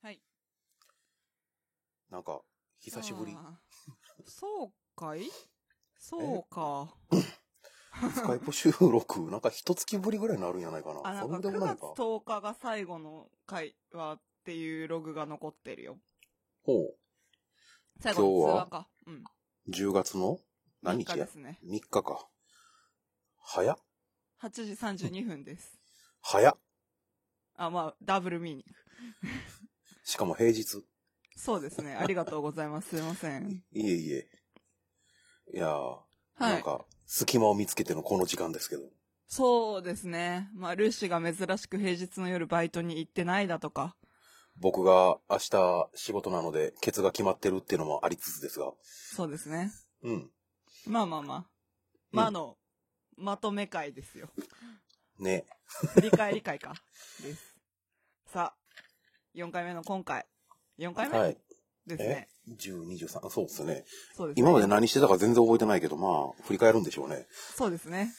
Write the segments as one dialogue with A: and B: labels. A: はい。
B: なんか、久しぶり。
A: あー。そうかいそうか。
B: スカイプ収録、なんか一月ぶりぐらいになるんじゃないか
A: あ、
B: な。
A: な
B: そ
A: んか
B: うで
A: 9
B: もない
A: 月
B: か。
A: 10日が最後の会話っていうログが残ってるよ。
B: ほう。
A: 最後の通話か。うん。
B: 10月の何
A: 3
B: 日
A: 日
B: や
A: ですね。
B: ?3 日か。早っ
A: 8時32分です。
B: 早っ
A: あ、まあ、ダブルミーニング。
B: しかも平日。
A: そうですね。ありがとうございます。すいませ ん。
B: いえいえ。いやー、
A: は
B: なん
A: い。
B: か、隙間を見つけてのこの時間ですけど。
A: そうですね。まあ、ルーシーが珍しく平日の夜バイトに行ってないだとか。
B: 僕が明日仕事なので、ケツが決まってるっていうのもありつつですが。
A: そうですね。
B: うん。
A: まあまあまあ。まあ、あの、まとめ会ですよ。
B: ね。
A: 振り返り会か。です。さあ、4回目の今回。4回
B: は
A: 目
B: い。
A: ですね。
B: 10、23、そうですね。
A: そうですね。
B: 今まで何してたか全然覚えてないけど、まあ、振り返るんでしょうね。
A: そうですね。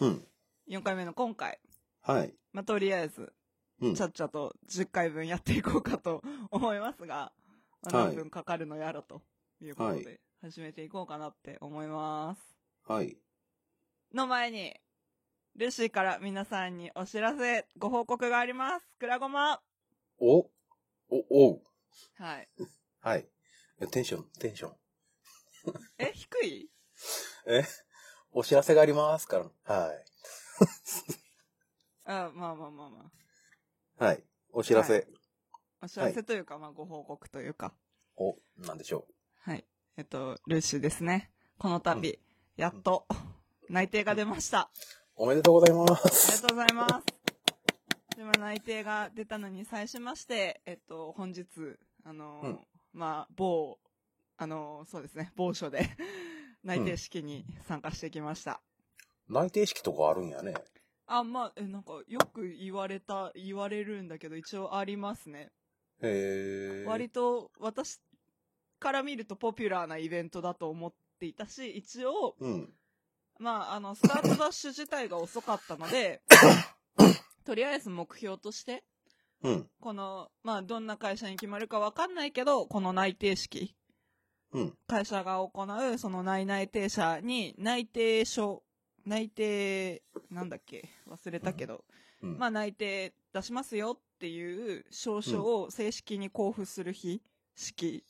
B: うん。
A: 4回目の今回。
B: はい。
A: まあ、とりあえず、
B: うん
A: ち。ゃっちゃと10回分やっていこうかと 思いますが、まあ
B: はい
A: 何分かかるのやらということ
B: は
A: で、始めていこうかなって思います。
B: はい。
A: の前に、ルーシーから皆さんにお知らせ、ご報告があります。くらごま
B: おお、おう。
A: はい。
B: はい。テンション、テンション。
A: え、低い
B: え お知らせがありますから。は
A: あ、まあまあまあまあ。
B: い。はい。お知らせ。
A: はお知らせというか、まあご報告というか。
B: お、なんでしょ
A: はい。えっと、ルーシーですね。この度、やっと、内定が出ました。
B: う。おめでとうございま
A: ありが
B: す。
A: とうございます。でも内定が出たのに際しまして、えっと、本日、あのー
B: うん
A: まあ、某、あのーそうですね、某所で内定式に参加してきました。
B: 内定式とかあるんやね。
A: あ、まあ、え、なんか、よく言われた、言われるんだけど、一応ありますね。
B: へえ。
A: 割と、私から見るとポピュラーなイベントだと思っていたし、一応、
B: うん。
A: まあ、あの、スタートダッシュ自体が遅かったので、とりあえず目標として、
B: うん。
A: この、まあ、どんな会社に決まるかわかんないけど、この内定式、
B: うん。
A: 会社が行う、その内内定者に内定書、内定、なんだっけ、忘れたけど、
B: うん。
A: まあ、内定出しますよっていう証書を正式に交付する日、式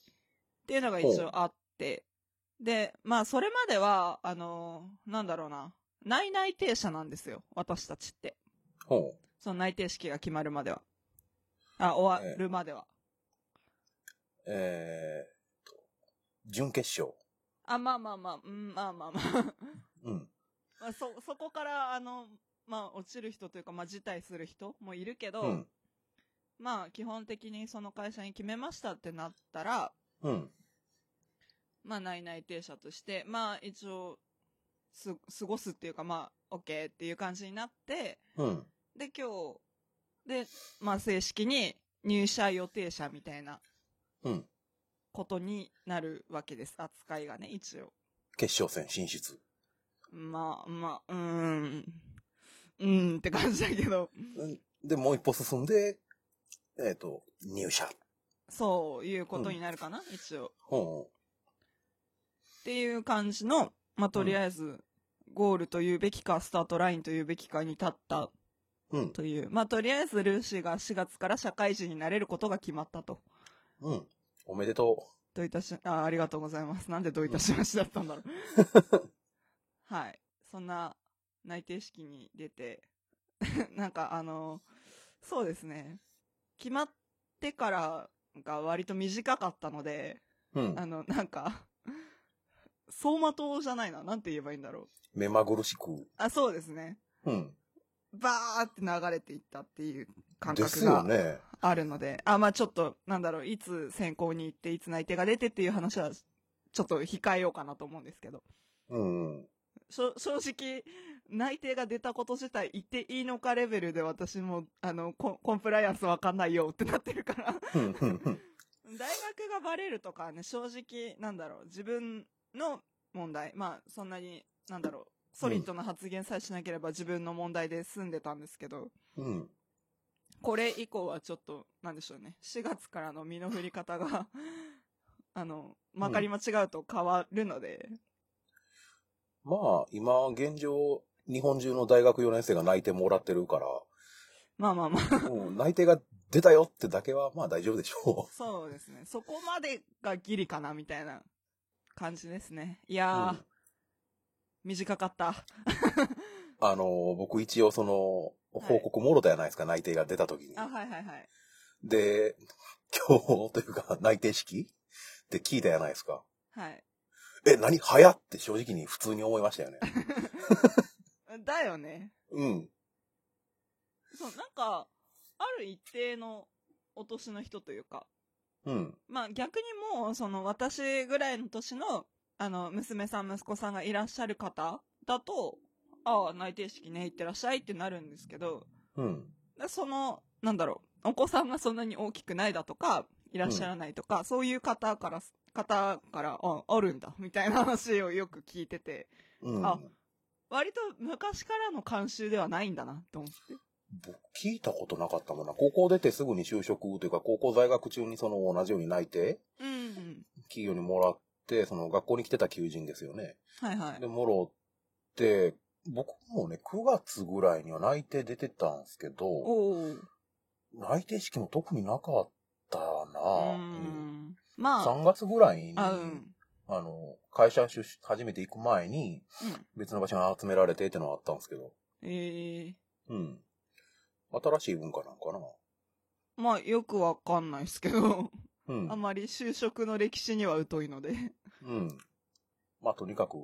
A: っていうのが一応あって、で、まあ、それまでは、あの、なんだろうな、内内定者なんですよ、私たちって。
B: ほう。
A: その内定式が決まるまでは。あ、終わるまでは。
B: えーっと、準決勝。
A: あ、まあまあまあ、うん、まあまあまあ。
B: うん。
A: まあそ、そこから、あの、まあ、落ちる人というか、まあ、辞退する人もいるけど、
B: うん。
A: まあ、基本的にその会社に決めましたってなったら、
B: うん。
A: まあ、内内定者として、まあ、一応、す、過ごすっていうか、まあ、OK っていう感じになって、
B: うん。
A: で、今日、で、まあ、正式に入社予定者みたいな
B: うん。
A: ことになるわけです。扱いがね、一応。
B: 決勝戦進出。
A: まあ、まあ、うーん。うーんって感じだけど。
B: うんで、もう一歩進んで、えーっと、入社。
A: そういうことになるかな、一応。っ
B: ほ
A: ていう感じの、まあ、とりあえず、ゴールというべきか、スタートラインというべきかに立った
B: う。うん。
A: という。まあ、とりあえず、ルーシーが4月から社会人になれることが決まったと。
B: うん。おめでと
A: どういたし、あ、ありがとうございます。なんでどういたしましだったんだろう。はい。そんな、内定式に出て、 なんか、あの、そうですね。決まってからが割と短かったので、
B: う。うん
A: あ。の、なんか、走馬灯じゃないな。なんて言えばいいんだろう。
B: 目まぐるしく。
A: あ、そうですね。
B: うん。
A: バーって流れていったっていう感
B: です
A: 覚
B: よ
A: が
B: ね。
A: あるので。あ、まあちょっと、なんだろう、いつ選考に行って、いつ内定が出てっていう話は、ちょっと控えようかなと思うんですけど。
B: うん。
A: しょ正直、内定が出たこと自体言っていいのかレベルで私も、あの、コンコンプライアンスわかんないよってなってるから。
B: うんうんうん
A: 大学がバレるとかはね、正直、なんだろう、自分の問題、まあ、そんなに、なんだろう、ソリッドな発言さえしなければ自分の問題で済んでたんですけど、
B: うん。
A: これ以降はちょっと、なんでしょうね。4月からの身の振り方が、 あの、まかり間違うと変わるので、
B: まあ、今、現状、日本中の大学4年生が内定もらってるから、
A: まあまあま あ、
B: うん内定が出たよってだけは、まあ大丈夫でしょ
A: そうですね。そこまでがギリかな、みたいな感じですね。いやー、
B: うん
A: 短かった。
B: う。あの、僕一応その、報告もろたじゃないですか、内定が出た時に。
A: あ、はいはいはい。
B: で、今日というか、内定式って聞いたじゃないですか。
A: はい。
B: え、何早って正直に普通に思いましたよ ね。
A: だよね。
B: うん。
A: そう、なんか、ある一定のお年の人というか、
B: うん。
A: まあ逆にもう、その私ぐらいの年の、あの、娘さん、息子さんがいらっしゃる方だと、ああ、内定式ね、行ってらっしゃいってなるんですけど、
B: うん。
A: でその、なんだろう、お子さんがそんなに大きくないだとか、いらっしゃらないとか、そういう方から、方から、あ、あるんだ、みたいな話をよく聞いてて、
B: うん。
A: あ割と昔からの慣習ではないんだな、と思って。
B: 僕聞いたことなかったもんな。高校出てすぐに就職というか、高校在学中にその同じように内定
A: うん、うん。
B: 企業にもらって、その学校に来てた求人ですよね。
A: はいはい
B: で、。もろって、僕もね、9月ぐらいには内定出てたんですけど、
A: おー
B: 内定式も特になかったな
A: う
B: ぁ
A: ーん。まあ、
B: 3月ぐらいに、
A: あ、
B: あ
A: うん。
B: の、会社出初めて行く前に、
A: うん。
B: 別の場所に集められてってのはあったんですけど、
A: ええ
B: うん。新しい文化なんかな
A: まあ、よくわかんないですけど、
B: うん
A: あ。まり就職の歴史には疎いので。
B: うん。まあ、とにかく、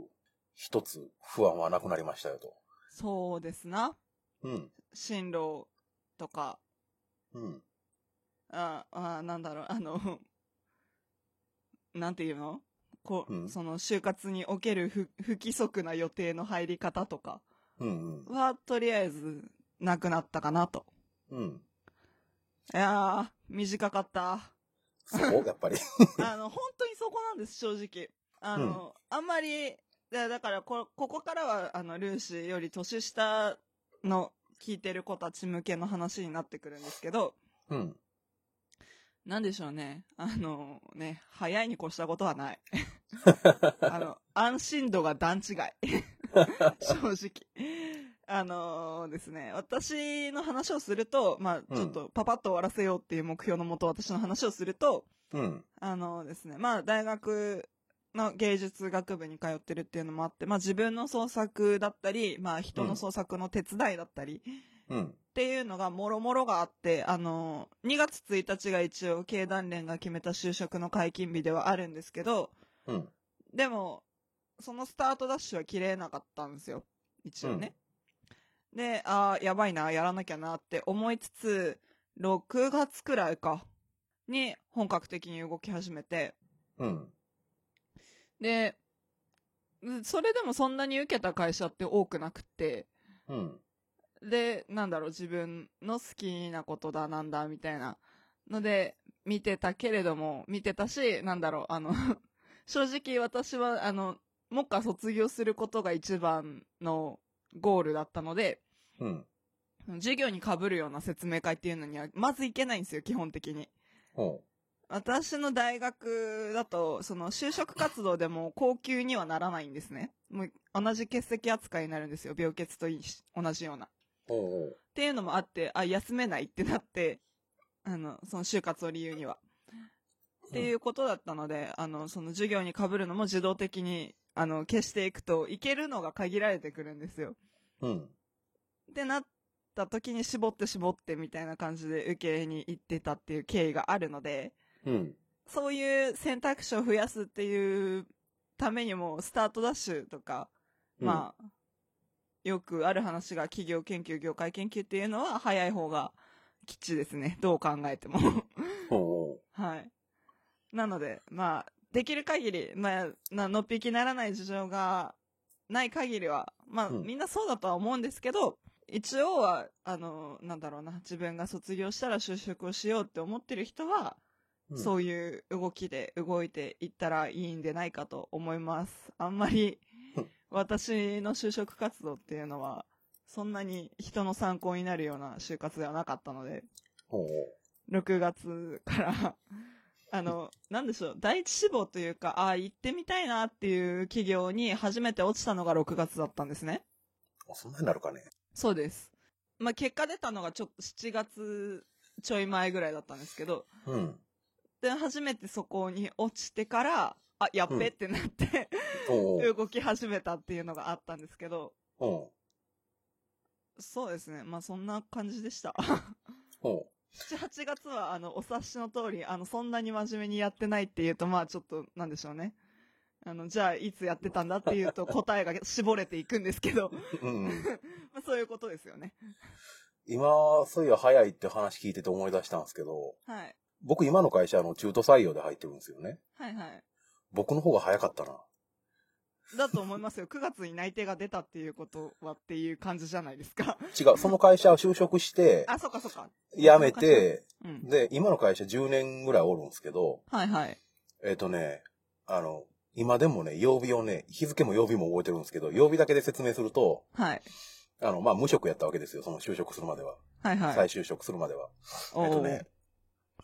B: 一つ不安はなくなりましたよと。
A: そうですな。
B: うん。
A: 進路とか、
B: うん。
A: ああ、なんだろう、あの、 なんていうのこう、
B: うん
A: その就活における不不規則な予定の入り方とか
B: うん
A: は、とりあえず、なくなったかなと。
B: うん。うん。
A: いやー、短かった。
B: そう、やっぱり。
A: あの、本当にそこなんです、正直。あの、あんまり、いやだからこ、ここからは、あの、ルーシーより年下の聞いてる子たち向けの話になってくるんですけど、
B: うん。
A: なんでしょうね。あのね、早いに越したことはない。あの、安心度が段違い。正直。あのですね、私の話をすると、まあ、ちょっとパパッと終わらせようっていう目標のもと私の話をすると、
B: うん。
A: あのですね、まあ大学の芸術学部に通ってるっていうのもあって、まあ自分の創作だったり、まあ人の創作の手伝いだったりっ
B: うん。
A: ていうのがもろもろがあって、あの、2月1日が一応経団連が決めた就職の解禁日ではあるんですけど、
B: うん。
A: でも、そのスタートダッシュは切れなかったんですよ。一応ね。で、あーやばいな、やらなきゃなって思いつつ、6月くらいか、に本格的に動き始めて、
B: うん。
A: で、うんそれでもそんなに受けた会社って多くなくって、
B: うん。
A: で、なんだろう、自分の好きなことだ、なんだ、みたいなので、見てたけれども、見てたし、なんだろう、あの、 正直私は、あの、もっか卒業することが一番のゴールだったので、
B: うん。
A: 授業に被るような説明会っていうのには、まずいけないんですよ、基本的に。
B: ほ
A: 私の大学だと、その就職活動でも高級にはならないんですね。もう同じ欠席扱いになるんですよ。病欠といいし同じような。っ
B: う。ほう。
A: ていうのもあって、あ、休めないってなって、あの、その就活を理由には。っていうことだったので、あの、その授業に被るのも自動的に、あの、消していくと、いけるのが限られてくるんですよ。
B: うん。
A: ってなった時に絞って絞ってみたいな感じで受けに行ってたっていう経緯があるので、
B: うん。
A: そういう選択肢を増やすっていうためにも、スタートダッシュとか、まあ、よくある話が企業研究、業界研究っていうのは早い方が吉ですね。 どう考えても。
B: あ。ほ
A: はい。なので、まあ、できる限り、まあ、なのっぴきならない事情がない限りは、まあ、
B: うん
A: みんなそうだとは思うんですけど、一応は、あの、なんだろうな、自分が卒業したら就職をしようって思ってる人は、
B: う。。
A: そうういう動きで動いていったらいいんでないかと思います。あんまり
B: うん
A: 私の就職活動っていうのは、そんなに人の参考になるような就活ではなかったので、
B: ほう
A: 6月から、 あの、なんでしょう、第一志望というか、ああ、行ってみたいなっていう企業に初めて落ちたのが6月だったんですね。
B: あそんなになるかね。
A: そうです。まあ、結果出たのがちょっと7月ちょい前ぐらいだったんですけど、
B: うん。
A: で、初めてそこに落ちてから、あ、やっべってなって、
B: ほう
A: 動き始めたっていうのがあったんですけど、
B: ほ
A: そうですね。まあ、そんな感じでした。
B: う ほ
A: 7、8月は、あの、お察しの通り、あの、そんなに真面目にやってないっていうと、まあ、ちょっと、なんでしょうね。あの、じゃあ、いつやってたんだっていうと、答えが絞れていくんですけど、
B: ううん。
A: まあ、そういうことですよね。
B: 今、そういや早いって話聞いてて思い出したんですけど、
A: はい。
B: 僕今の会社あの中途採用で入ってるんですよね。
A: はいはい。
B: 僕の方が早かったな。
A: だと思いますよ。9月に内定が出たっていうことはっていう感じじゃないですか。
B: 違う、その会社を就職して、
A: あ、そっかそっか。
B: 辞めて、
A: うん。
B: で、今の会社10年ぐらいおるんですけど、
A: はいはい。
B: えっ、とね、あの、今でもね、曜日をね、日付も曜日も覚えてるんですけど、曜日だけで説明すると、
A: はい。
B: あの、まあ、無職やったわけですよ、その就職するまでは。
A: はいはい。
B: 再就職するまでは。
A: お
B: えっと
A: ー
B: ね、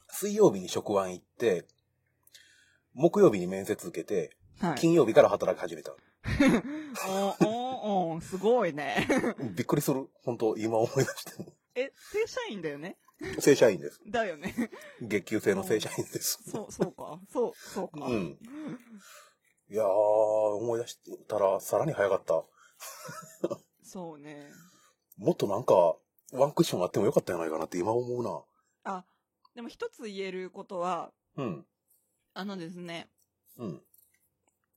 B: 水曜日に職案行って、木曜日に面接受けて、
A: はい。
B: 金曜日から働き始めた。
A: おおおすごいね。
B: びっくりする。本当今思い出して も。
A: え、正社員だよね
B: 正社員です。
A: だよね。
B: 月給制の正社員です。
A: そう、そうか。そう、そうか。
B: うん。いやー、思い出したら、さらに早かった。
A: そうね。
B: もっとなんか、ワンクッションあってもよかったんじゃないかなって今思う
A: あ、でも一つ言えることは、
B: な。うん。
A: あのですね、
B: うん。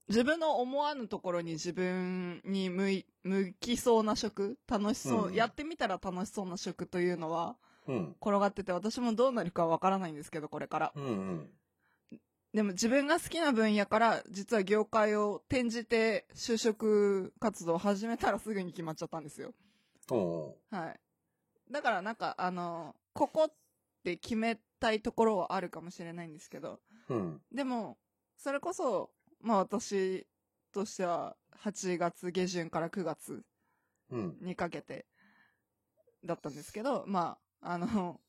A: 自分の思わぬところに自分に向い向きそうな職、楽しそう、
B: うん
A: やってみたら楽しそうな職というのは、
B: うん。
A: 転がってて、私もどうなるかわからないんですけど、これから。
B: うんうん。
A: でも自分が好きな分野から、実は業界を転じて就職活動を始めたらすぐに決まっちゃったんですよ。
B: うんうん。
A: はい。だからなんか、あの、ここって決めたいところはあるかもしれないんですけど、
B: うん。
A: でも、それこそ、まあ私としては、8月下旬から9月
B: うん。
A: にかけてだったんですけど、まあ、あの、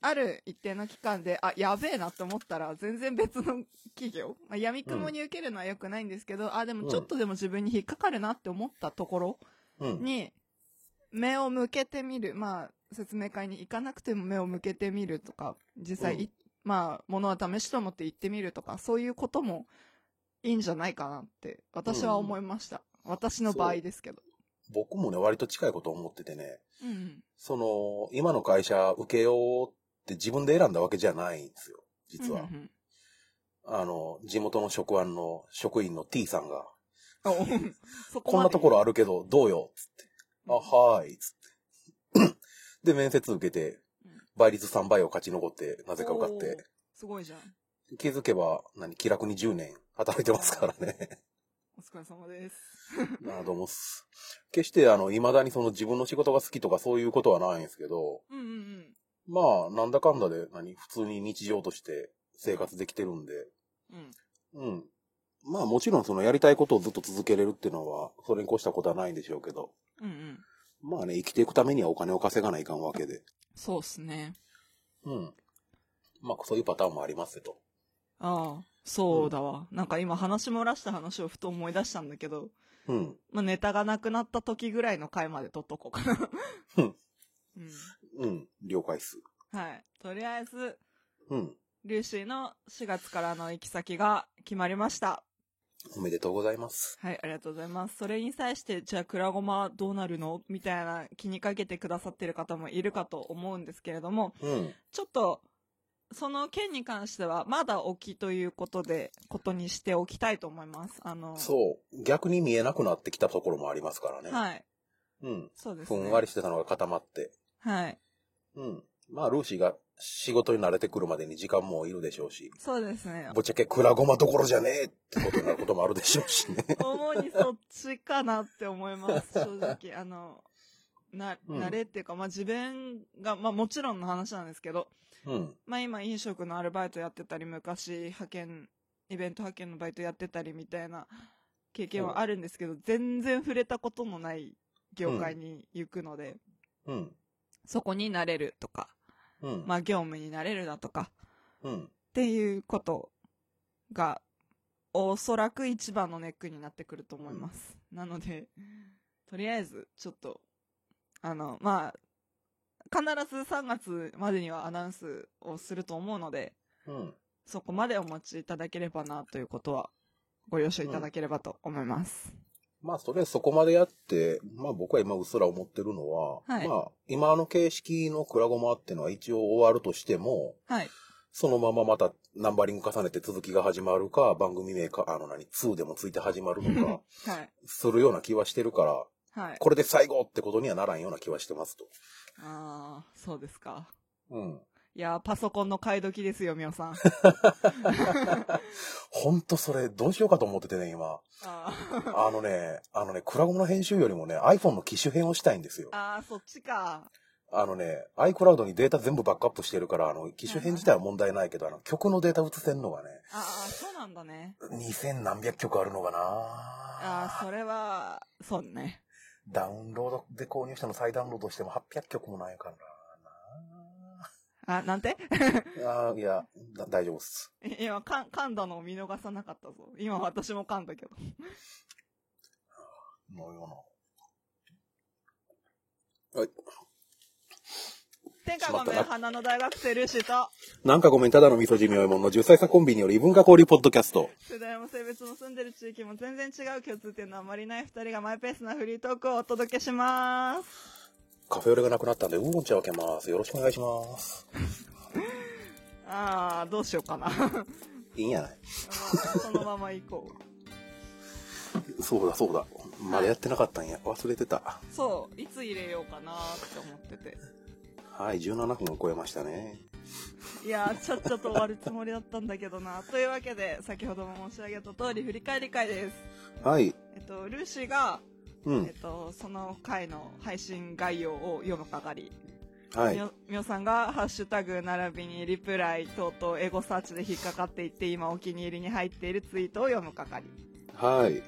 A: ある一定の期間で、あ、やべえなと思ったら、全然別の企業、まあ、闇雲に受けるのは良くないんですけど、あ、でもちょっとでも自分に引っかかるなって思ったところ、
B: うん。
A: に目を向けてみる、まあ、説明会に行かなくても目を向けてみるとか実際い、
B: うん
A: まあ、ものは試しと思って行ってみるとかそういうこともいいんじゃないかなって私は思いました、私の場合ですけど
B: 僕もね、割と近いこと思っててね。
A: う、ん、
B: その、今の会社受けようって自分で選んだわけじゃないんですよ、実は。
A: うん
B: あの、地元の職案の職員の T さんが、
A: うんうんおうん そこ
B: こん
A: ま
B: な
A: で
B: ところあるけど、どうよっつって。あ、はーい、つって。で、 面接受けて
A: うん、
B: 倍率3倍を勝ち残って、なぜか受かっ
A: おー
B: て、
A: すごいじゃん
B: 気づけば、何、気楽に10年働いてますから ね。
A: お疲れ様です
B: なあ、どうもっす。決して、あの、未だにその自分の仕事が好きとかそういうことはないんですけど、
A: うんうんうん
B: まあ、なんだかんだで、何、普通に日常として生活できてるんで、
A: うん
B: うん。まあもちろんそのやりたいことをずっと続けれるっていうのは、それに越したことはないんでしょうけど、
A: うんうん
B: まあね、生きていくためにはお金を稼がないかんわけで。
A: そうっすね
B: うん。まあそういうパターンもありますよと。
A: ああそうだわ、なんか今話漏らした話をふと思い出したんだけど、
B: うん。
A: まあ、ネタがなくなった時ぐらいの回まで撮っとこうかな。
B: うん
A: うん。
B: うん。了解っす。
A: はい。とりあえず、
B: うん。
A: ルーシーの4月からの行き先が決まりました。
B: おめでとうございます。
A: はい、ありがとうございます。それに際して、じゃあ、クラゴマはどうなるのみたいな気にかけてくださってる方もいるかと思うんですけれども、
B: うん。
A: ちょっと、その件に関しては、まだ置きということで、ことにしておきたいと思います。あの、
B: そう。逆に見えなくなってきたところもありますからね。
A: はい。
B: うん。
A: そうです
B: ふ
A: ね。
B: んわりしてたのが固まって。
A: はい。
B: うん。まあルーシーが仕事に慣れてくるまでに時間もいるでしょうし、
A: そうですね。
B: ぶっちゃけクラゴマどころじゃねえってことになることもあるでしょうしね。
A: 主にそっちかなって思います、正直。あの、な、
B: うん
A: 慣れっていうか、まあ自分が、まあもちろんの話なんですけど、
B: うん。
A: まあ今飲食のアルバイトやってたり、昔派遣、イベント派遣のバイトやってたりみたいな経験はあるんですけど、全然触れたことのない業界に行くので、
B: うん。
A: そこになれるとか、
B: うん。
A: まあ業務になれるだとか、
B: うん。
A: っていうことが、おそらく一番のネックになってくると思います。なので、とりあえず、ちょっと、あの、まあ、必ず3月までにはアナウンスをすると思うので、
B: うん。
A: そこまでお待ちいただければな、ということは、ご了承いただければと思います。
B: まあ、とりあえずそこまでやって、まあ僕は今うっすら思ってるのは、
A: はい
B: まあ、今の形式のクラゴマってのは一応終わるとしても、
A: はい。
B: そのまままたナンバリング重ねて続きが始まるか、番組名か、あの何、2でもついて始まるの か、
A: はい。
B: するような気はしてるから、
A: はい。
B: これで最後ってことにはならんような気はしてますと。
A: ああ、そうですか。
B: うん。
A: いやー、パソコンの買い時ですよ、みお さん。
B: ほんとそれ、どうしようかと思っててね、今。
A: あー
B: あのね、あのね、クラゴマの編集よりもね、iPhone の機種編をしたいんですよ。
A: あー、そっちか。
B: あのね、iCloud にデータ全部バックアップしてるから、あの、機種編自体は問題ないけど、あの、曲のデータ移せんのがね、
A: ああ、そうなんだね。
B: 2000何百曲あるのか
A: ああ、
B: な
A: それは、そうね。
B: ダウンロードで購入したの再ダウンロードしても800曲もないから
A: あ、なんて
B: なあーいや、だ大丈夫っす。
A: 今、かん、噛んだのを見逃さなかったぞ。今、私も噛んだけど。
B: もうよな。はい。
A: 天下
B: まっ
A: ご
B: た
A: め、
B: なん
A: 花の大学生ルーシーと、
B: なんかごめん、ただの味噌汁においもんの10歳差コンビによる異文化交流ポッドキャスト。
A: 世代も性別も住んでる地域も全然違う共通点のあまりない二人がマイペースなフリートークをお届けします。
B: カフェオレがなくなったんで、ウーロン茶を開けます。よろしくお願いします。
A: ああ、どうしよう かな。まあ
B: いいんやない
A: そのまま行こう。
B: そうだそうだ。まだやってなかったんや。忘れてた。
A: そう、いつ入れようかなって思ってて。
B: はい、17分を超えましたね。
A: いやーちゃっちゃと終わるつもりだったんだけどな。というわけで、先ほども申し上げた通り、振り返り会です。
B: はい。
A: えっと、ルーシーが、
B: う
A: えっ
B: ん。
A: と、その回の配信概要を読む係、
B: は
A: み
B: い。
A: おみおさんが「ハッシュタグ並びにリプライ」等々エゴサーチで引っかかっていって今お気に入りに入っているツイートを読む係
B: はい。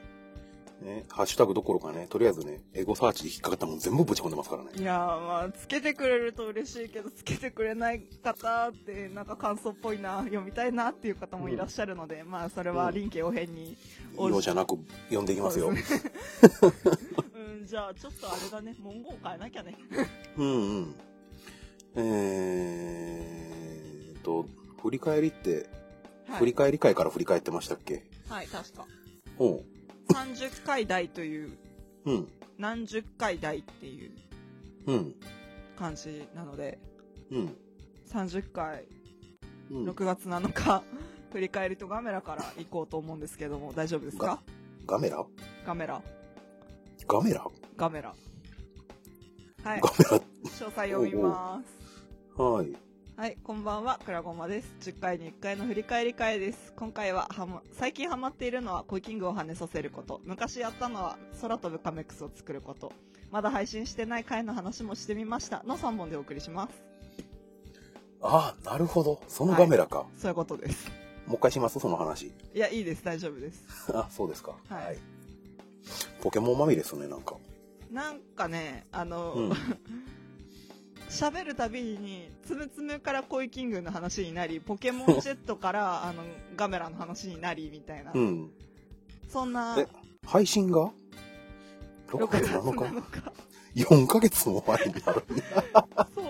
B: ね、ハッシュタグどころかね、とりあえずね、エゴサーチで引っかかったもん全部ぶち込んでますからね。
A: いやーまあつけてくれると嬉しいけどつけてくれない方ってなんか感想っぽいな読みたいなっていう方もいらっしゃるので、まあそれは臨機応変に、
B: 色じゃなく読んでいきますよ。
A: そううですねうんじゃあちょっとあれだね文言変えなきゃね
B: んうん。えーっと、振り返りって、
A: は
B: 振り
A: い、
B: 返り会から振り返ってましたっけ
A: はい、確か
B: うん。
A: 30回台という
B: うん。
A: 何十回台っていう
B: うん。
A: 感じなので
B: うん。
A: 30回
B: うん。
A: 6月7日、 振り返りとガメラから行こうと思うんですけども、大丈夫ですか
B: ガメラ
A: ガメラ、
B: ガメラ
A: ガメラ。はい、詳
B: ガメ
A: 細読みます。
B: ラはい。
A: はい、こんばんは、くらごまです。10回に1回の振り返り会です。今回はは、ま、最近ハマっているのは、コイキングを跳ねさせること。昔やったのは、空飛ぶカメックスを作ること。まだ配信してない回の話もしてみました。の3本でお送りします。
B: ああ、なるほど。そのガメラか。
A: そういうことです。
B: もう一回しますその話。
A: いや、いいです。大丈夫です。
B: あ、そうですか。
A: はい
B: ポケモンまみれですね、なんか。
A: なんかね、あの、
B: うん。
A: 喋るたびにつむつむからコイキングの話になりポケモンジェットか らあのガメラの話になりみたいな、
B: うん。
A: そんな
B: え配信が ?6
A: 6月
B: 月
A: 7
B: 7日
A: 日
B: ?4 ヶ月も前になる。
A: そ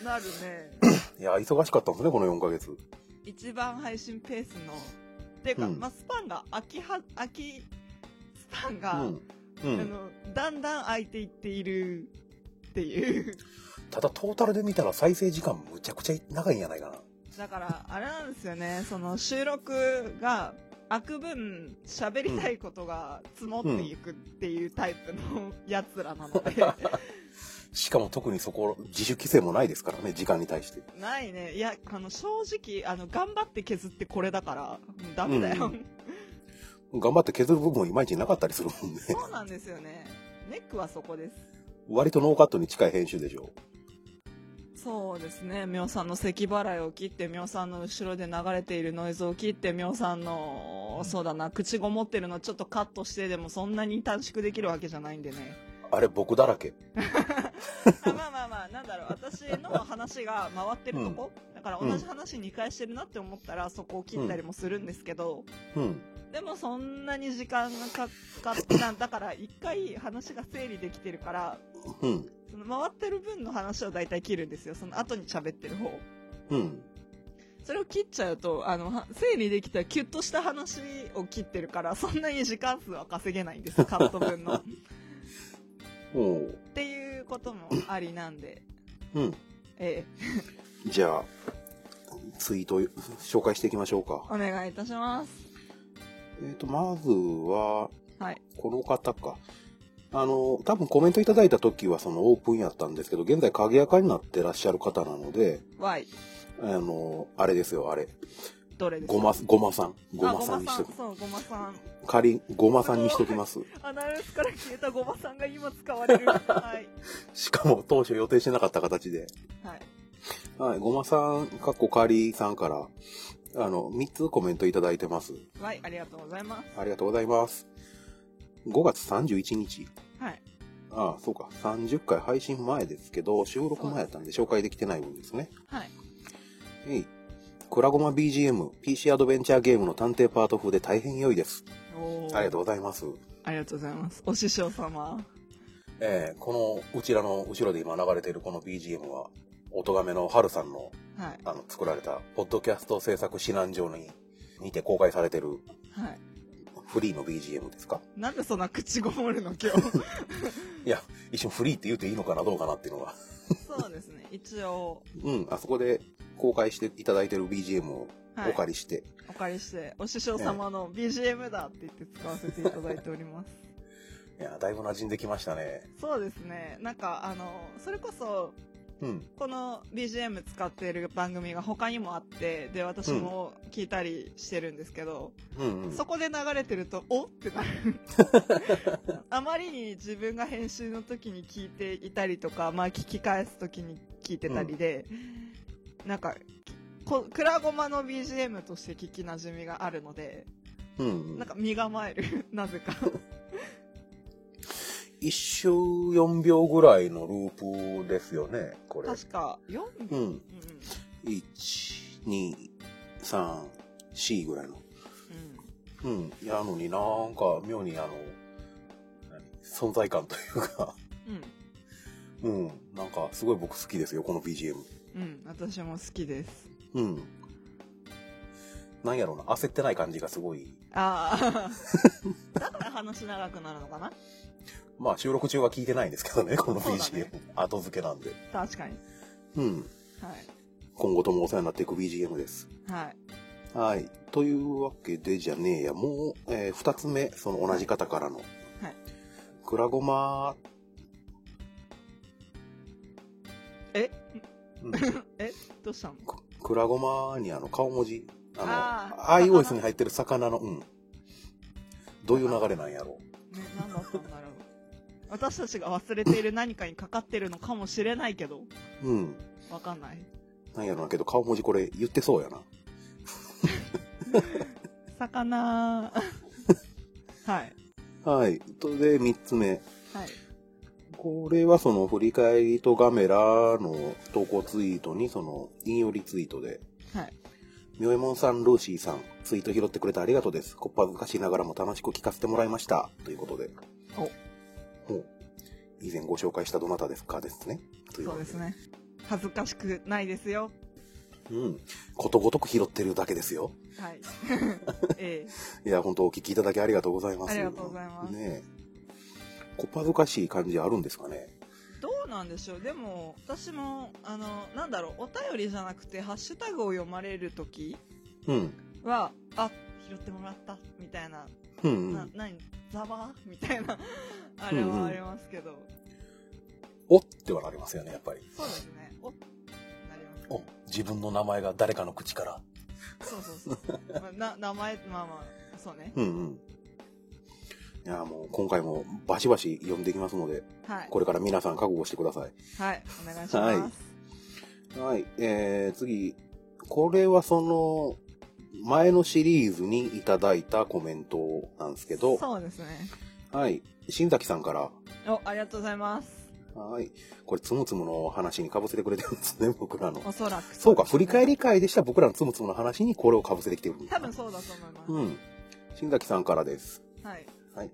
A: うなるね
B: いや、忙しかったんですね、この4ヶ月。
A: 一番配信ペースのっていうか、
B: うん
A: まあ、スパンが空きは空きスパン
B: う
A: が、
B: ん。う
A: あ
B: ん。
A: のだんだん空いていっているっていう
B: ただ、トータルで見たら再生時間むちゃくちゃ長いんじゃないかな。
A: だからあれなんですよねその収録が空く分喋りたいことが募っていくっていうタイプのやつらなので、
B: しかも特にそこ、自主規制もないですからね、時間に対して。
A: ないねいやあの正直あの頑張って削ってこれだからうんダメだよ、
B: う頑張って削る部分もいまいちなかったりするもんね。
A: そうなんですよねネックはそこです
B: 割とノーカットに近い編集でしょ。
A: そうですねみょうさんの咳払いを切ってみょうさんの後ろで流れているノイズを切ってみょうさんのそうだな口ごもってるのちょっとカットしてでもそんなに短縮できるわけじゃないんでね
B: あれ僕だらけ。
A: あまあまあまあ、なんだろう、私の話が回ってるとこ、だから同じ話2回してるなって思ったら、そこを切ったりもするんですけど、
B: うん。
A: でもそんなに時間がかかった、だから1回話が整理できてるから、
B: うん。
A: その回ってる分の話を大体切るんですよ、その後に喋ってる方。
B: うん。
A: それを切っちゃうと、あの、は整理できたキュッとした話を切ってるから、そんなに時間数は稼げないんです、カット 分の。っ
B: おう
A: ていうこともありなんで、
B: うん。
A: ええ、
B: じゃあ、ツイート紹介していきましょうか。
A: お願いいたします。
B: えっ、と、まずは、
A: はい。
B: この方か。あの、多分コメントいただいた時はそのオープンやったんですけど、現在鍵垢になってらっしゃる方なので、
A: Y、
B: あの、あれですよ、あれ。
A: どれですか
B: ごま、ごまさん。ご
A: あ
B: まさんにしとき、
A: そう、ごまさん。
B: 仮、ごまさんにしときます。
A: アナウンスから消えたごまさんが今使わ れる。はい。
B: しかも当初予定してなかった形で。
A: はい。
B: はい、ごまさん、かっこかりさんから、あの、3つコメントいただいてます。
A: はい、ありがとうございま
B: ありがとうございます。5月31日。
A: す。はい。
B: ああ、そうか。30回配信前ですけど、収録前やったんで紹介できてない分ですね。
A: はい。
B: えい。クラゴマ BGM、PC アドベンチャーゲームの探偵パート風で大変良いです。
A: おー
B: ありがとうございます。
A: ありがとうございます。お師匠様。
B: ええこの、うちらの後ろで今流れているこの BGM は、おとがめの春さんの、
A: はい。
B: あの、作られた、ポッドキャスト制作指南所に、にて公開されてる
A: はい。
B: フリーの BGM ですか
A: なんでそんな口ごもるの 今日。
B: いや、一瞬フリーって言うていいのかなどうかなっていうのが。
A: そうですね。一応、
B: うん、あそこで公開していただいてる BGM を
A: はい
B: お。借りして。
A: お借りして、お師匠様の BGM だって言って使わせていただいております。
B: い、や、だいぶ馴染んできましたね。
A: そうですね。なんか、あの、それこそ、
B: うん、
A: この BGM 使ってる番組が他にもあって、で、私も聞いたりしてるんですけど、
B: うん、うん。
A: そこで流れてると、おってなる。 あまりに自分が編集の時に聞いていたりとか、まあ聞き返す時に聞いてたりで、なんか、こクラゴマの BGM として聞き馴染みがあるので、
B: うんうん
A: なんか身構える。 なぜ か。
B: 一周4秒ぐらいのループですよね、これ。
A: 確か、4
B: う
A: 秒、うん
B: ん。1、2、3、4ぐらいの。
A: うん。
B: うん。やのになんか妙にあの、何存在感というか、
A: うん。
B: うん。なんかすごい僕好きですよ、この BGM。
A: うん。うん。私も好きです。
B: うん。なんやろうな、焦ってない感じがすごい。
A: ああ。だから話長くなるのかな
B: まあ収録中は聞いてないんですけどね、この
A: そうだ
B: BGM。
A: ね
B: 後付けなんで。
A: 確かに。
B: うん。
A: はい。
B: 今後ともお世話になっていく BGM です。
A: はい。。
B: はい。というわけでじゃねえや、もう、えー二つ目、その同じ方からの。はいくらごま、
A: え
B: うん、
A: えどうしたの
B: くらごまにあの顔文字、あの、
A: あー
B: iOS に入ってる魚の、うん。どういう流れなんやろ
A: ね、何だったんだろう。私たちが忘れている何かにかかってるのかもしれないけど、
B: う。うん。
A: わかんない。
B: なんやろなけど、顔文字これ言ってそうやな。
A: 魚はい。
B: はい。とで、三つ目。
A: はい。
B: これはその振り返りとガメラの投稿ツイートにその引用リツイートで、
A: はい。
B: みおえもんさん、ルーシーさん、ツイート拾ってくれてありがとうです。こっぱずかしながらも楽しく聞かせてもらいました。ということで。
A: お
B: おう以前ご紹介したどなたですかですね。とい
A: そ
B: わ
A: うう
B: け
A: です。ね。恥ずかしくないですよ。
B: うん。ことごとく拾ってるだけですよ。
A: はい。ええ
B: いや、本当お聞きいただきありがとうございます。
A: ありがとうございます
B: ねえ。こっぱずかしい感じあるんですかね。
A: どうなんでしょうでも、私も、あの、なんだろう、お便りじゃなくて、ハッシュタグを読まれるとき
B: うん。
A: は、あ、拾ってもらった、みたいな、
B: うん、う。
A: なん何ザバーみたいな、あれはありますけど、
B: おってはなりますよね、やっぱり。
A: そうですね。おなります。
B: お自分の名前が誰かの口から。
A: そうそうそう。まあ、な名前、まあまあ、そうね。
B: うんうん。いや、もう今回もバシバシ読んでいきますので、
A: はい。
B: これから皆さん覚悟してください。
A: はい。お願いします。
B: はい。えー、次。これはその、前のシリーズにいただいたコメントなんですけど、
A: そうですね。
B: はい。新崎さんから、
A: お、ありがとうございます。
B: はい。これ、つむつむの話にかぶせてくれてるんですね、 僕らの。
A: おそらく。
B: そうか、振り返り会でした僕らのつむつむの話にこれをかぶせてきてるんだ
A: 多分そうだと思います。
B: うん。新崎さんからです。
A: はい。
B: はい。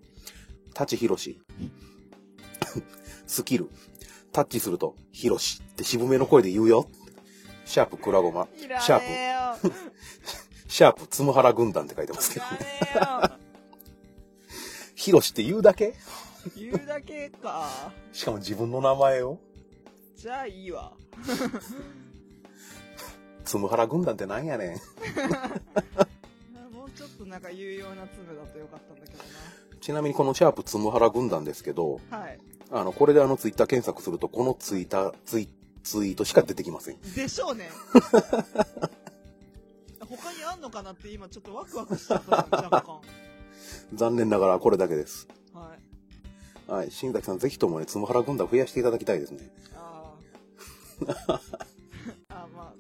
B: タチヒロシ。 スキル。タッチすると、ヒロシって渋めの声で言うよ。シャープクラゴマ。
A: いらね
B: シャープ
A: えよ。
B: シャープつむはら軍団って書いてます
A: い
B: けど
A: ら、ねえよ。
B: ヒロシって言うだけ
A: 言うだけか。
B: しかも自分の名前を。
A: じゃあいいわ。
B: つむはら軍団ってなんやねん。
A: もうちょっとなんか有用な粒だとよかったんだけど
B: ちなみにこのシャープつむはら軍団ですけど、
A: な。はい。
B: あの、これであのツイッター検索すると、このツイッター、ツイ、ツイートしか出てきません。
A: でしょう ね。他にあんのかなって今ちょっとワクワクしちゃったの若干。
B: 残念ながらこれだけです。
A: はい。
B: はい。新崎さん、ぜひともね、つむはら軍団増やしていただきたいですね。
A: あ あ。あーまあ。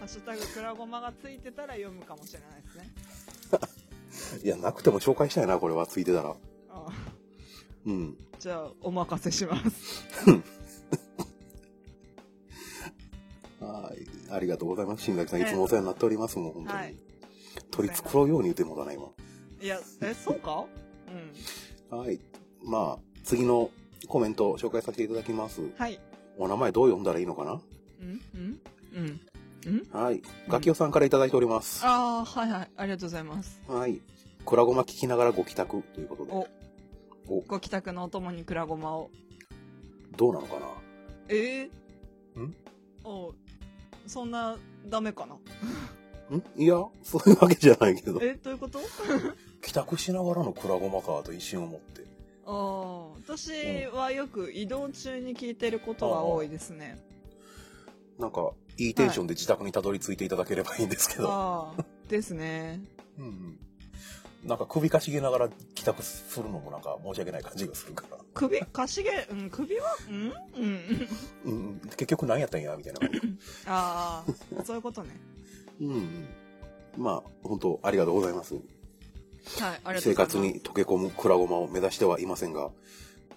A: ハッシュタグくらごまがついてたら読むかもしれないですね。
B: いや、なくても紹介したいな、これは、ついてたら。
A: あ
B: うん。
A: ーじゃあ、お任せします。
B: はい。ありがとうございます。新崎さん、いつもお世話になっております、もう、本当に。
A: はい。
B: 取り繕うように言ってもだな、今。
A: いや、え、そうかうん。
B: はい。まあ、次のコメント、紹介させていただきます。
A: はい。
B: お名前どう読んだらいいのかな
A: うんうんうん。うん
B: はい。ガキオさんからいただいております。
A: ああ、はいはい。ありがとうございます。
B: はい。くらごま聞きながらご帰宅ということで。お、
A: ご帰宅のお供にくらごまを。
B: どうなのかな
A: えー、
B: ん
A: おうそんな、ダメかなん
B: いや、そういうわけじゃないけど。
A: え、どういうこと
B: 帰宅しながらのくらごまかと一瞬思って。
A: ああ、私はよく移動中に聞いてることが多いですね。
B: なんか、いいテンションで自宅にたどり着いていただければいいんですけど。
A: ああ、ですね。
B: うんうん。なんか首かしげながら帰宅するのもなんか申し訳ない感じがするから。
A: 首、かしげ、うん、首は、うんうん。
B: うんうん。結局何やったんやみたいな。
A: ああ、そういうことね。
B: うんうん。まあ、本当ありがとうございます。
A: はい、あり
B: 生
A: がとうございます。
B: 活に溶け込むくらごまを目指してはいませんが、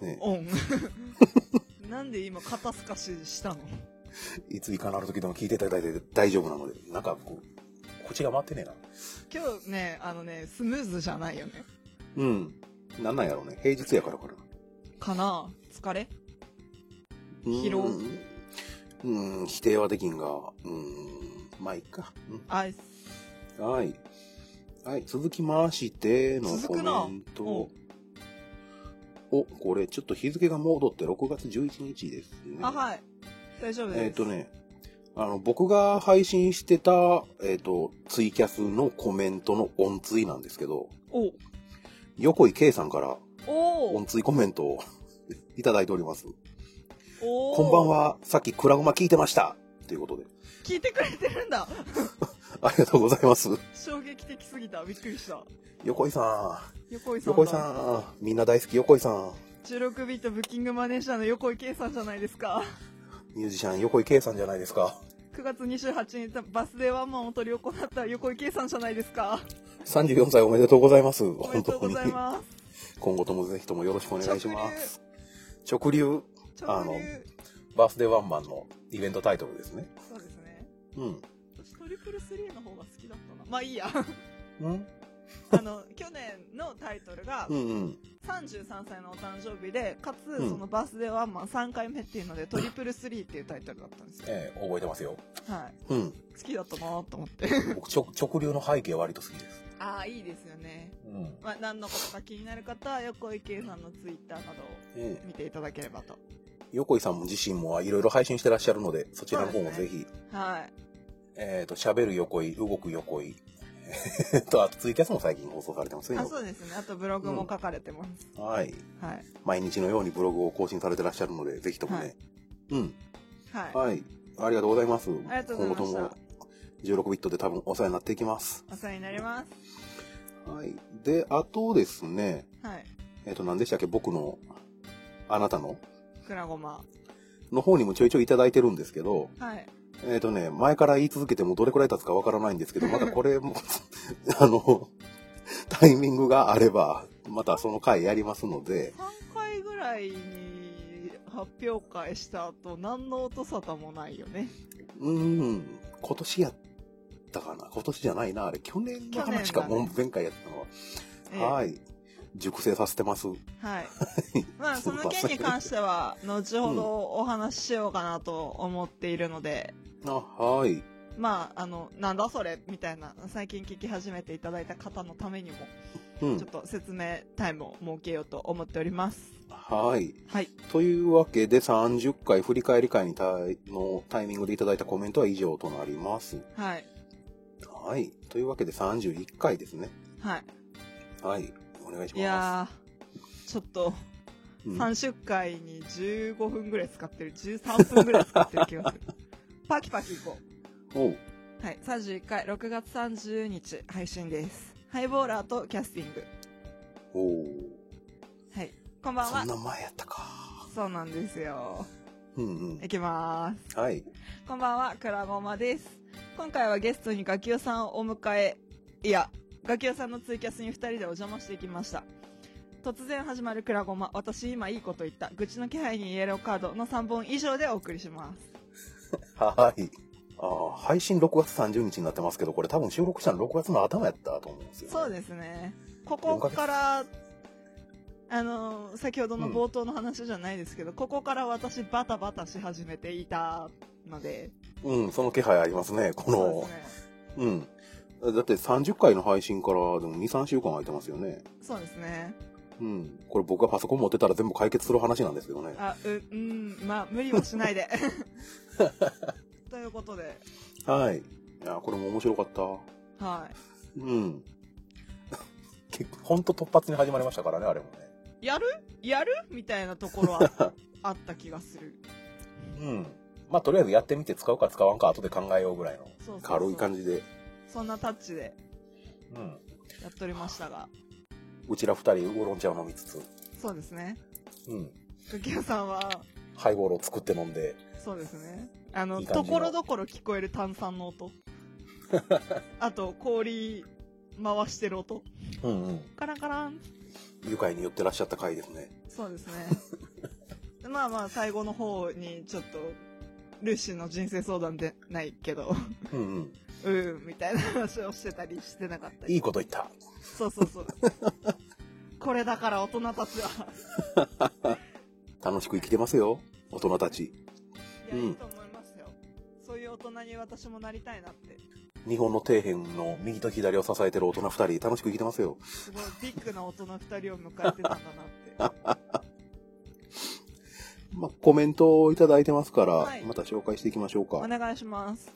B: ね、
A: オン。なん で今、肩透かししたの
B: いついかなる時でも聞いていただいて大丈夫なので、なんかこう、口が回ってねえな。
A: 今日ね、あのね、スムーズじゃないよね。
B: うん。なんなんやろうね。平日やからかな。
A: かな疲れ疲労
B: うん、うん否定はできんが、うん、まあいいか。
A: あ、す
B: うんはい。はい、続きましてのコ
A: 続
B: メ
A: くな
B: ント。お、これちょっと日付が戻って6月11日ですね。
A: あ、はい。大丈夫です。
B: えっ、とね、あの、僕が配信してた、えっ、と、ツイキャスのコメントの音追なんですけど、
A: お。
B: 横井圭さんから
A: お
B: 音追コメントを いただいております。
A: お
B: こんばん。は、さっきクラゴマ聞いてましたということで、
A: 聞いてくれてるんだ。
B: ありがとうございます。
A: 衝撃的すぎた。びっくりした。
B: 横井さ
A: 横井
B: ん、
A: さんだ。
B: 横井さん、みんな大好き横井さん、
A: 16ビートブッキングマネージャーの横井圭さんじゃないですか。
B: ミュージシャン横井圭さんじゃないですか。
A: 9月28日、バスでワンマンを取り行った横井圭さんじゃないですか。
B: 34歳おめでとうございます。
A: おめで
B: 本
A: と
B: 当
A: うご
B: に
A: ざい。 ます。
B: 今後ともぜひともよろしくお願いします。直流、あ
A: 直
B: の
A: 流。
B: バースデーワンマンのイベントタイトルですね。
A: そうですね。
B: うん。
A: 私トリプルスリーの方が好きだったな。まあいいや。
B: うん
A: あの、去年のタイトルが、
B: うんうん。
A: 33歳のお誕生日で、かつ、
B: ん
A: そのバースデーワンマン3回目っていうので、トリプルスリーっていうタイトルだったんですよ。
B: ええ覚えてますよ。
A: はい。
B: うん。
A: 好きだったなと思って。
B: 僕、直直流の背景割と好きです。
A: ああ、いいですよね。
B: うん。
A: まあ、何のことか気になる方は、横井圭さんのツイッターなどを
B: ええ
A: 見ていただければと。
B: 横井さん自身もいろいろ配信してらっしゃるので、そちらの方も
A: そう
B: ぜ
A: です
B: ひ、
A: はい。
B: えっ、と、喋る横井、動く横井、えっと、あとツイキャスも最近放送されてますね
A: あ、。そうですね。あとブログも書かれてます。
B: はい。
A: はい。
B: 毎日のようにブログを更新されてらっしゃるので、ぜひともね。
A: はい
B: うん。
A: はい。
B: はい。ありがとうございます。
A: ありがとうございました
B: 今後とも16ビットで多分お世話になっていきます。
A: お世話になります。
B: はい。で、あとですね、
A: はい。
B: えっ、と、何でしたっけ僕の、あなたの
A: くらごま。
B: の方にもちょいちょいいただいてるんですけど、
A: はい。
B: えっ、とね、前から言い続けてもどれくらい経つかわからないんですけ ど、またこれも、 あの、タイミングがあれば、またその回やりますので、
A: 三ぐらいに発表会した後、何の音沙汰もないよね。
B: うーん、今年やったかな今年じゃないな、あれ。去年の話か、
A: 去年だね
B: もう前回やったのは。は
A: ええ
B: い。熟成させてます。
A: はい。ま あ、その件に関しては、後ほどお話ししようかなと思っているので、
B: あ、はい。
A: まあ、あの、なんだそれみたいな、最近聞き始めていただいた方のためにも、
B: う
A: ちょ
B: ん
A: っ。と説明タイムを設けようと思っております。
B: はい。
A: はい。
B: というわけで、30回振り返り会にたのタイミングでいただいたコメントは以上となります。
A: はい。
B: はい。というわけで、31回ですね。
A: は
B: はい。お願いします。
A: い。いやー、ちょっと、
B: うん
A: 30回に15分ぐらい使ってる、13分ぐらい使ってる気 がする。パキパキいこう。
B: おう
A: はい、31回6月30日配信です。ハイボーラーとキャスティング。
B: おう
A: はい、こんばん
B: そ
A: は
B: ん。な前やったか。
A: そうなんですよ。
B: うんうん。
A: いきまーす。
B: はい。
A: こんばんは、くらごまです。今回はゲストにガキオさんをお迎え、いや、ガキオさんのツイキャスに2人でお邪魔してきました。突然始まるくらごま、私今いいこと言った、愚痴の気配にイエローカードの3本以上でお送りします。
B: はい。あー配信6月30日になってますけど、これ多分収録したの6月の頭やったと思うんですよ、
A: そうですね。ここから、あのー、先ほどの冒頭の話じゃないですけど、ここから私バタバタし始めていたので、
B: うん、その気配ありますね。こ
A: そうで
B: の
A: す、ね。
B: うん。だって30回の配信からでも2、3週間空いてますよね。
A: そうですね。
B: うん。これ僕がパソコン持ってたら全部解決する話なんですけどね。
A: あ、う、うん、まあ、無理もしな いで。ということで、
B: はい。いやー、これも面白かった。
A: は
B: うん。 結構ほんと突発に始まりましたからね、あれもね。
A: い。やるやるみたいなとこ ろはあった気がする。
B: うん。まあ、とりあえずやってみて使うか使わんか後で考えようぐらいの
A: そうそうそう
B: 軽い感じで。
A: そんなタッチで
B: うん。
A: やっておりましたが、
B: うちら二人ウーロン茶を飲みつつ、
A: そうですね。
B: うん。
A: ガキオさんは、
B: ハイボールを作って飲んで、
A: そうですね。あの、
B: いい感
A: と
B: じ
A: こ
B: の
A: ろどころ聞こえる炭酸の 音。あと、氷回してる音。
B: うんうん。
A: カランカラン。
B: 愉快に寄ってらっしゃった回ですね。
A: そう ですね。でまあまあ、最後の方にちょっと、ルーシーの人生相談でないけど、
B: うんうん。
A: うん、みたいな 話をしてたりしてなかった
B: い
A: り。
B: いこと言った。
A: そうそうそう。 これだから大人たち は。
B: 楽しく生きてますよ、大人たち。
A: いや、
B: うん
A: いいと思いますよ。そういう大人に私もなりたいなって。
B: 日本の底辺の右と左を支えてる大人二人、楽しく生きてますよ。
A: すごいビッグな大人二人を迎えてたん だなって。
B: まあ、コメントをいただいてますから、
A: はい
B: また紹介していきましょうか。
A: お願いします。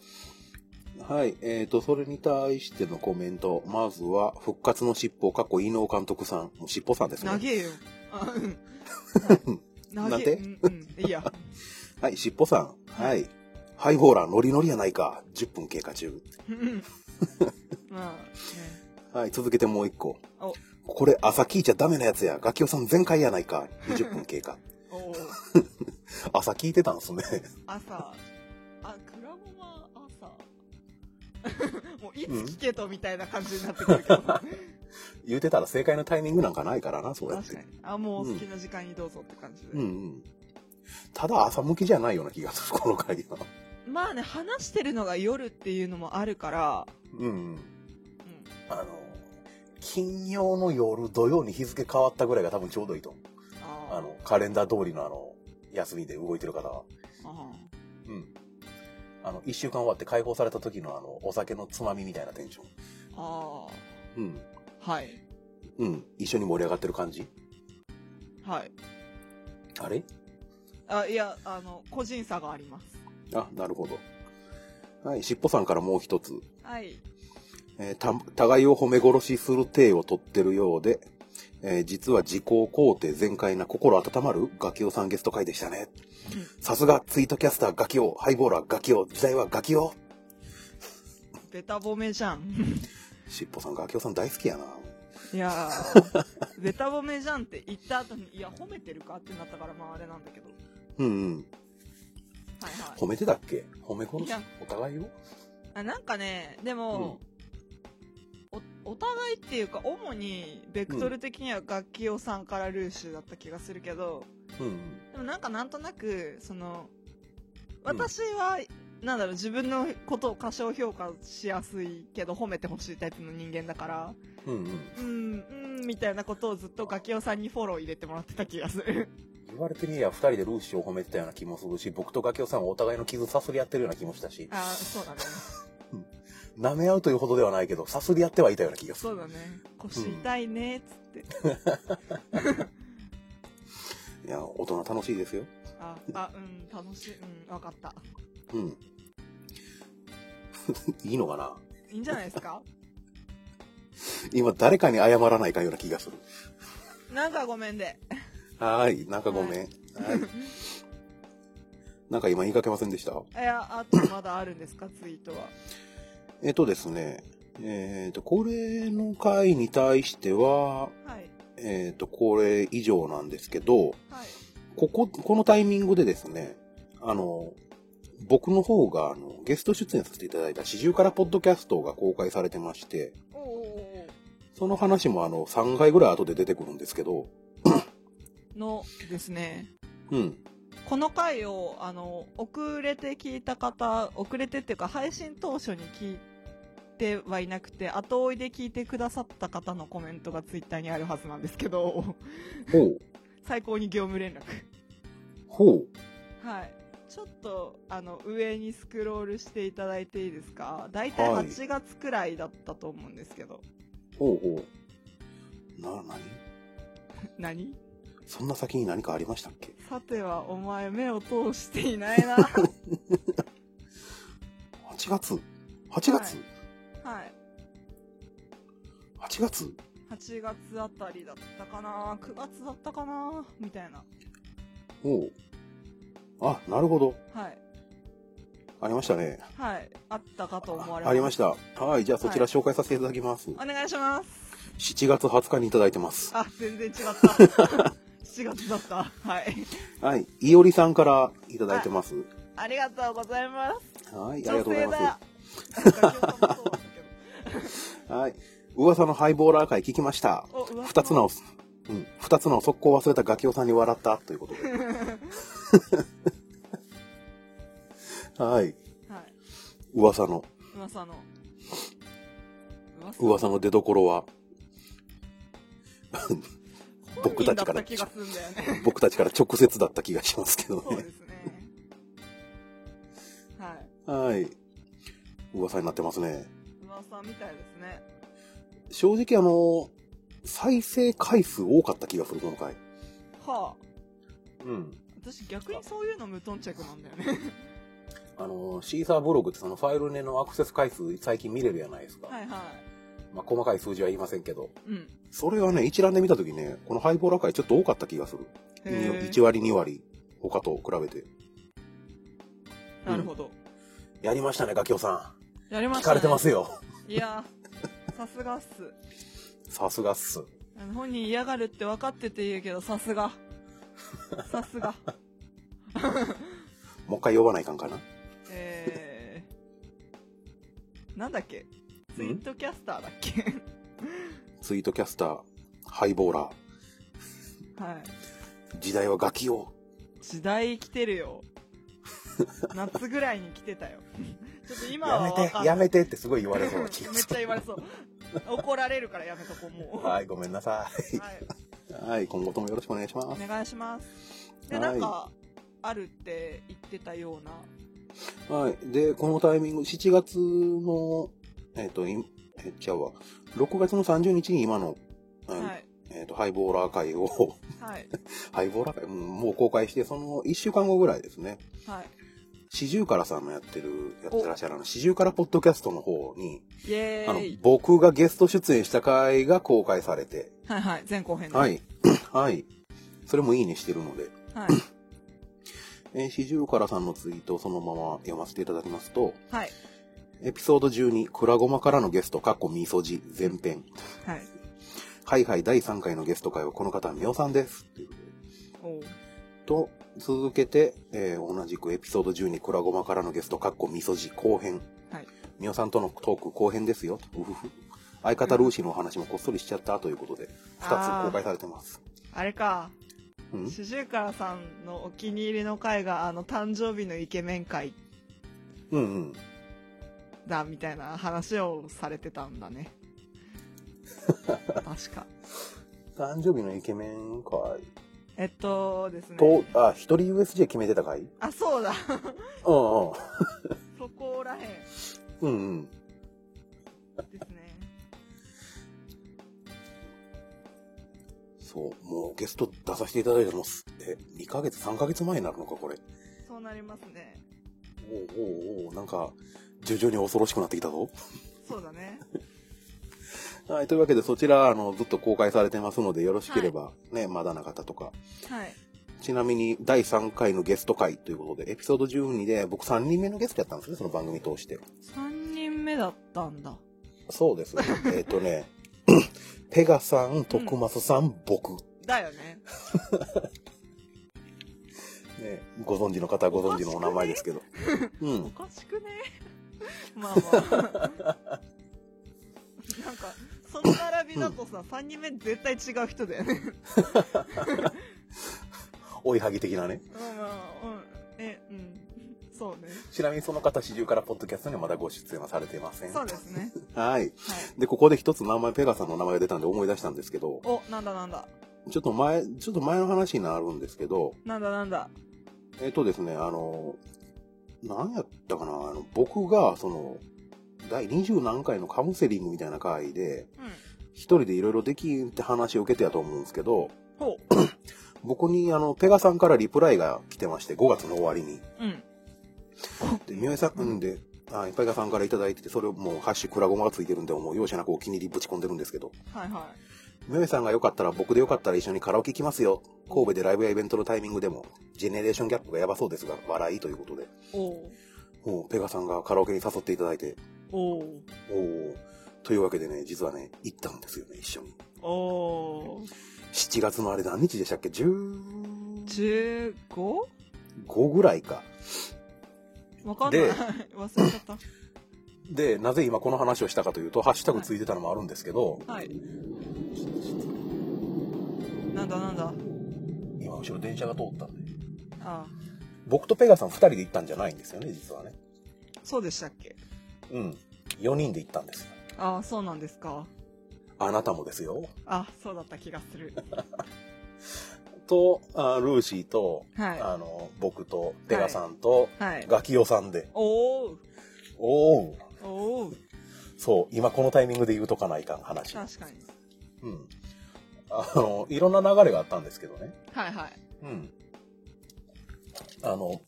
B: はい、えーと、それに対してのコメント。まずは、復活の尻尾、過去、伊能監督さん。もう尻尾さんです
A: 長
B: ね。
A: えよ。あ うん。
B: な
A: 長
B: ん
A: え。
B: て
A: うんうん。いいや。
B: はい、尻尾さん。はい。ハイボーラー、ノリノリやないか。10分経過中。
A: うんまあ、ね。
B: はい、続けてもう一個。
A: お、
B: これ、朝聞いちゃダメなやつや。ガキオさん全開やないか。20分経過。
A: おー
B: 朝聞いてたんですね。
A: 朝。あ、クラゴマ朝。 もういつ聞けとみたいな感じになってくるけど。
B: 言うてたら正解のタイミングなんかないからな、そうやっ
A: 確
B: て
A: か。に。あ、もうお好きな時間にどうぞって感じで。
B: うんうん。ただ朝向きじゃないような気がする、この回は。
A: まあね、話してるのが夜っていうのもあるから、
B: うんうん。
A: うん
B: あの、金曜の夜、土曜に日付変わったぐらいが多分ちょうどいいと思う。あ
A: あ
B: の、カレンダー通りのあの、休みで動いてる方は。
A: ーあ
B: うん。あの、一週間終わって解放された時のあの、お酒のつまみみたいなテンション。
A: ー。あ
B: うん。
A: ーはい。
B: うん。一緒に盛り上がってる感じ。
A: はい。
B: あれ
A: あ、いや、あの、個人差があります。
B: あ、なるほど。はい、しっぽさんからもう一つ。
A: はい。
B: えーた互いを褒め殺しする体を取ってるようで、えー実は自己肯定全開な心温まるガキオさんゲスト会でしたね。さすがツイートキャスターガキオ、ハイボーラーガキオ、時代はガキオ。
A: ベタ褒めじゃん。
B: しっぽさんガキオさん大好きやな。
A: いや ー、ベタ褒めじゃんって言った後に、いや、褒めてるかってなったから、まああれなんだけど。
B: うんうん。
A: はいはい。
B: 褒めてたっけ褒め殺
A: い
B: し
A: や
B: お互いを
A: あなんかね、でも、おお互いっていうか、主に、ベクトル的には楽器用さんからルーシュだった気がするけど、
B: うん。
A: でもなんかなんとなく、その、私は、なんだろう、自分のことを過小評価しやすいけど、褒めてほしいタイプの人間だから、
B: うんうん。
A: うん、うん、みたいなことをずっと楽器用さんにフォロー入れてもらってた気がする。
B: 言われてみりゃ、二人でルーシーを褒めてたような気もするし、僕とガキオさんはお互いの傷さすり合ってるような気もしたし、
A: ああ、そうだね。
B: 舐め合うというほどではないけど、さすり合ってはいたような気がする。
A: そうだね。腰痛いね、っつって。
B: いや、大人楽しいですよ。
A: あ、あ、うん、楽しい。うん、わかった。
B: うん。 いいのかない
A: いんじゃないですか
B: 今、誰かに謝らないかような気がする。
A: なんかごめんで。
B: はーい、なんかごめん。
A: は
B: はい。なんか今言いかけませんでした
A: いや、あとまだあるんですか、ツイートは。
B: えっとですね、えっ、と、これの回に対しては、
A: はい。
B: えっ、と、これ以上なんですけど、
A: はい。
B: ここ、このタイミングでですね、あの、僕の方があのゲスト出演させていただいた四十からポッドキャストが公開されてまして、
A: おうおうおう
B: その話もあの3回ぐらい後で出てくるんですけど、
A: おうのですね、
B: うん、
A: この回を、あの、遅れて聞いた方、遅れてっていうか、配信当初に聞いてはいなくて、後追いで聞いてくださった方のコメントがツイッターにあるはずなんですけど、
B: ほう、
A: 最高に業務連絡。
B: ほ
A: はい。ちょっと、あの、上にスクロールしていただいていいですか大体
B: はい
A: 8月くらいだったと思うんですけど。
B: う、ほうほう。な、なに
A: 何
B: そんな先に何かありましたっけ
A: さてはお前目を通していない な。は
B: ?8 月 ?8 月、
A: い。
B: ?8 月
A: 8月あたりだったかな ?9 月だったかなみたいな。
B: ほう。あ、なるほど。
A: はい。
B: ありましたね。
A: はい。あったかと思われ。
B: ありましたた。はい、じゃあそちら紹介させていただきます。
A: お願いします。
B: 7月20日にいただいてます。
A: あ、全然違った。7月だ った。はい。
B: はい、いおりさんからいただいてます。
A: ありがとうございます。
B: はい、ありがとうございま
A: 女性だ。なん か今日もそうだったけど
B: す。はい、噂のハイボーラー会聞きました。
A: お噂の
B: 二つの、うん、二つの速攻忘れたガキオさんに笑ったということで。はい、
A: はい。
B: 噂の、
A: 噂の。噂
B: 噂の出所は、僕たちから
A: 本人だった気がするんだよね。
B: 僕たちから直接だった気がしますけど
A: そう
B: ね
A: で。すね。はい。
B: はい、噂になってますね。
A: 噂みたいですね。
B: 正直あの、再生回数多かった気がする、この回。
A: はあ。
B: うん。
A: 私逆にそういうの無頓着なんだよ ね。
B: あのシーサーブログってそのファイルねのアクセス回数最近見れるじゃないですか、
A: はいは
B: まあ、細かい数字は言いませんけど
A: い。うん。
B: それはね一覧で見た時ねこのハイボーラー回ちょっと多かった気がする
A: へえ
B: 1割2割他と比べて
A: なるほど。
B: やりましたねガキオさ
A: やり
B: ん
A: ま
B: 聞
A: した、
B: か
A: ね。
B: れてますよ
A: いや、さすがっす。
B: さすがっす
A: あの本人嫌がるって分かってて言うけど、さすが。さすが。
B: もう一回呼ばないかんかな
A: えー。なんだっけツイートキャスターだっけ
B: ツイートキャスターハイボーラ
A: はい。
B: ー時代はガキオ
A: 時代来てるよ夏ぐらいに来てたよちょっと今は
B: や
A: わ
B: め
A: か
B: て
A: んな
B: や
A: い
B: めてってすごい言われそう
A: め
B: な
A: っ
B: 気が
A: ち
B: す
A: ゃ言われ
B: る
A: そう怒られるからやめとこう もう、は
B: はいごめんなさ
A: い
B: いはい今後ともよろしくお願いします
A: お願いしますで
B: はい
A: なんかあるって言ってたような
B: はい。で、このタイミング、7月の、えっ、と、いえっちゃうわ、6月の30日に今の、うん
A: はい
B: えっ、と、ハイボーラー会を、
A: はい
B: ハイボーラー会、うんもう公開して、その1週間後ぐらいですね、
A: はい
B: 四十からさんのやってる、やってらっしゃるあの、四十からポッドキャストの方に、
A: イエ
B: あの
A: ー、イ
B: 僕がゲスト出演した回が公開されて、
A: はいはい前後編では、
B: はいい。 はい。それもいいねしてるので、
A: はい
B: えー、四十からさんのツイートをそのまま読ませていただきますと、
A: はい
B: エピソード12、クラゴマからのゲスト、かっこみそじ、前編。
A: はい
B: はいはい第3回のゲスト会はこの方、みおさんです。ということで
A: おう
B: と、続けて、えー同じくエピソード12、クラゴマからのゲスト、かっこみそじ、後編。
A: はい
B: みおさんとのトーク後編ですよ。うふふ。相方ルーシーのお話もこっそりしちゃったということで、2つ公開されてます。
A: あれか、
B: うん
A: シュシュウカラさんのお気に入りの回が、あの、誕生日のイケメン会
B: うんうん。
A: だ、みたいな話をされてたん だね。確か。
B: 誕生日のイケメン会
A: えっとですね。
B: と、あ、一人 USJ 決めてたかい
A: あ、そうだ。
B: うんうん。
A: そこらへんで
B: うんうん。
A: すね。
B: そう、もうゲスト出させていただいたのす、え、2ヶ月、3ヶ月前になるのか、これ。
A: そうなりますね。
B: おうおうおうなんか、徐々に恐ろしくなってきたぞ。
A: そうだね。
B: はい、というわけで、そちら、あの、ずっと公開されてますので、よろしければ、ね、まだな方とか。
A: はい。
B: ちなみに、第3回のゲスト回ということで、エピソード12で、僕3人目のゲストやったんですね、その番組通して。
A: 3人目だったんだ。
B: そうです。 えっとね、 ペガさん、徳松さん、僕。
A: だよね。
B: ね、ご存知の方はご存知のお名前ですけ ど。う
A: お
B: ん。
A: かしくね まあまあ。 なんか、その並びだとさ、3人目絶対違う人だよね。
B: 追いはぎ的なね。
A: うん まあ、うん。え、うん。そうね。
B: ちなみにその方、四十からポッドキャストにはまだご出演はされていません。
A: そうですね。
B: はい。
A: はい。
B: で、ここで一つ名前、ペガさんの名前が出たんで思い出したんですけど、
A: お、なんだなんだ。
B: ちょっと前、ちょっと前の話になるんですけど、
A: なんだなんだ。
B: えっ、とですね、あの、何やったかな、あの、僕が、その、第二十何回のカウンセリングみたいな回で、
A: うん。
B: 一人でいろいろできんって話を受けてやと思うんですけど、
A: ほ
B: 僕に、あの、ペガさんからリプライが来てまして、5月の終わりに。
A: う。うん。
B: で、宮井さん、うんで、はい、ペガさんからいただいてて、それをもう、ハッシュクラゴマがついてるんで、もう容赦なくお気に入りぶち込んでるんですけど、
A: はいは
B: 宮井さんがよかったら、僕でよかったら一緒にカラオケ行きますよ。神戸でライブやイベントのタイミングでも、ジェネレーションギャップがやばそうですが、笑いということで、
A: い。おう
B: もう、ペガさんがカラオケに誘っていただいて、
A: おう
B: おーというわけでね、実はね、行ったんですよね、一緒に。
A: おう
B: 7月のあれ何日でしたっけ ?15
A: 15?
B: ぐらいか。
A: わかんない。
B: で
A: 忘れちゃった。
B: で、なぜ今この話をしたかというと、ハッシュタグついてたのもあるんですけど、
A: はい。なんだなんだ。
B: 今後ろ電車が通ったんで。
A: ああ、
B: 僕とペガさん2人で行ったんじゃないんですよね、実はね。
A: そうでしたっけ
B: うん。4人で行ったんですよ。
A: ああ、そうなんですか。
B: あなたもですよ。
A: あそうだった気がする。
B: と、あルーシーと、
A: はい
B: あの、僕と、ペガさんと、
A: はい。
B: ガキヨさんで。
A: おお
B: おお
A: おお
B: そう、今このタイミングで言うとかないかん話。
A: 確かに。
B: うん。あの、いろんな流れがあったんですけどね。
A: はいはい。
B: うん。あの、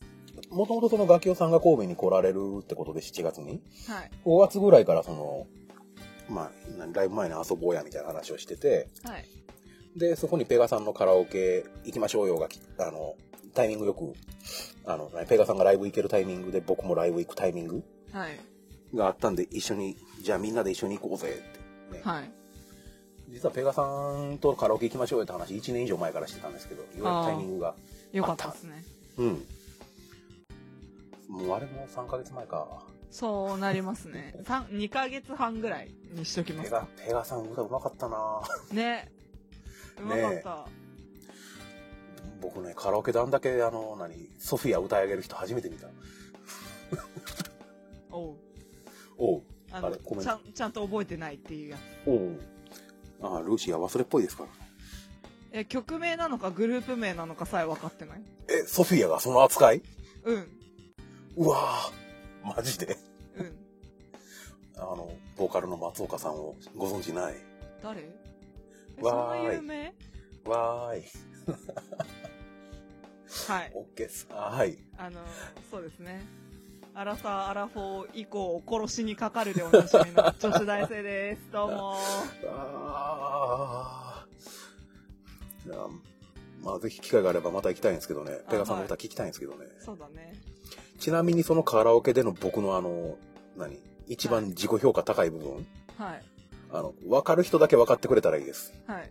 B: もともとそのガキヨさんが神戸に来られるってことで7月に、
A: はい。
B: 5月ぐらいからその、まあ、何ライブ前に遊ぼうやみたいな話をしてて、
A: はい。
B: で、そこにペガさんのカラオケ行きましょうよがき、あの、タイミングよく、あの、ペガさんがライブ行けるタイミングで僕もライブ行くタイミング
A: はい。
B: があったんで、一緒に、じゃあみんなで一緒に行こうぜって、ね。
A: はい。
B: 実はペガさんとカラオケ行きましょうよって話、1年以上前からしてたんですけど、いわゆるタイミングが。
A: よかったですね。
B: うん。もうあれも3ヶ月前か。
A: そうなりますね。三2ヶ月半ぐらいにしときま
B: ペ
A: す
B: ガ
A: か。、
B: ペガさん歌うまかったな
A: ね。うまかった。
B: 僕ねカラオケであんだけあの何ソフィア歌い上げる人初めて見た
A: おう
B: おう
A: あ
B: あ
A: の
B: れごめん
A: ちゃん、ちゃんと覚えてないっていうやつ。
B: おうああルーシーは忘れっぽいですから
A: え、曲名なのかグループ名なのかさえ分かってない
B: えソフィアがその扱い
A: うん。
B: うわーマジで
A: うん。
B: あのボーカルの松岡さんをご存知ない
A: 誰えそん
B: わ
A: な
B: ーい
A: 有名
B: わーい
A: はい。
B: オッケーさはい
A: あの、そうですね。アラサー、アラフォー以降を殺しにかかるでおなじみの女子大生です。どうも
B: あーじゃあまあぜひ機会があればまた行きたいんですけどね
A: あ
B: ペガさんの歌聞きたいんですけどね、
A: そうだね。
B: ちなみにそのカラオケでの僕のあの何一番自己評価高い部分、
A: はい。
B: あの、分かる人だけ分かってくれたらいいです。
A: はい。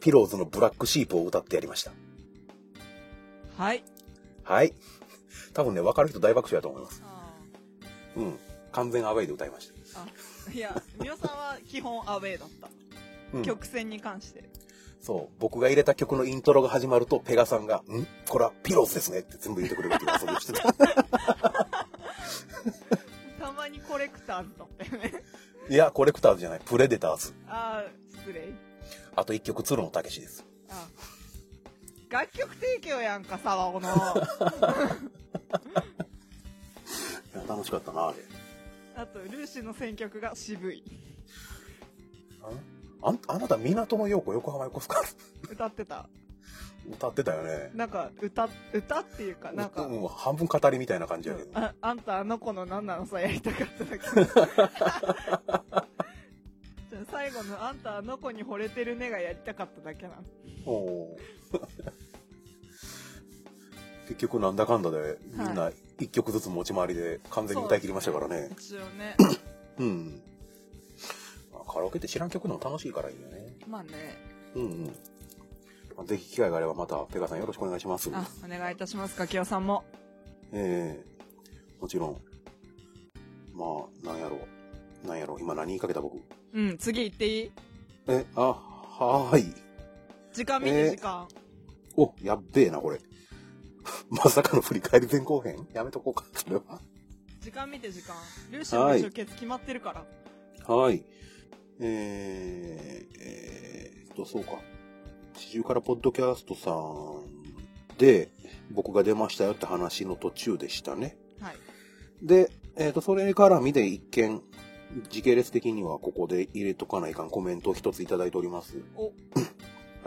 B: ピローズのブラックシープを歌ってやりました。
A: はい。
B: はい。多分ね、分かる人大爆笑やと思います。
A: あ
B: うん。完全アウェイで歌いました。
A: いや、みおさんは基本アウェーだった。
B: うん
A: 曲線に関して。
B: そう、僕が入れた曲のイントロが始まると、ペガさんが、んこれはピローズですねって全部言ってくれるっていう遊びをしてた。
A: たまにコレクターズだったよね。
B: いや、コレクターズじゃない、プレデターズ。
A: ああ、失礼。
B: あと一曲、鶴野武史です。
A: あ楽曲提供やんか、沢 尾の。
B: いや、楽しかったな、あれ。
A: あと、ルーシーの選曲が渋い。
B: あんあなた、港の陽子、横浜横須賀
A: 歌ってた。
B: 歌ってたよね。
A: なんか、歌、歌っていうか、なんか、
B: うん、半分語りみたいな感じやけど。
A: ああんたあの子の何なのさやりたか っただけじゃあ最後の「あんたあの子に惚れてるね」がやりたかっただけなの
B: おー 結局なんだかんだでみんな一曲ずつ持ち回りで完全に歌い切りましたからね、
A: 一応ね
B: うん、まあカラオケって知らん曲でも楽しいからいいよね
A: まあね
B: うんうんまあぜひ機会があればまたペガさんよろしくお願いします
A: あお願いいたしますかきよさんも
B: ええもちろんまあなんやろうなんやろう今何言いかけた僕
A: うん次行っていい
B: えあはーい
A: 時間見
B: え
A: て
B: ー
A: 時間、
B: おやっべえなこれ まさかの振り返り前後編やめとこうかそれは
A: 時間見て時間ルーシーの
B: はい
A: 初決決まってるから
B: はい。えー、えーっと、そうか。地中からポッドキャストさんで、僕が出ましたよって話の途中でしたね。
A: はい
B: で、えーっと、それから見で一見、時系列的にはここで入れとかないかんコメントを一ついただいております。
A: お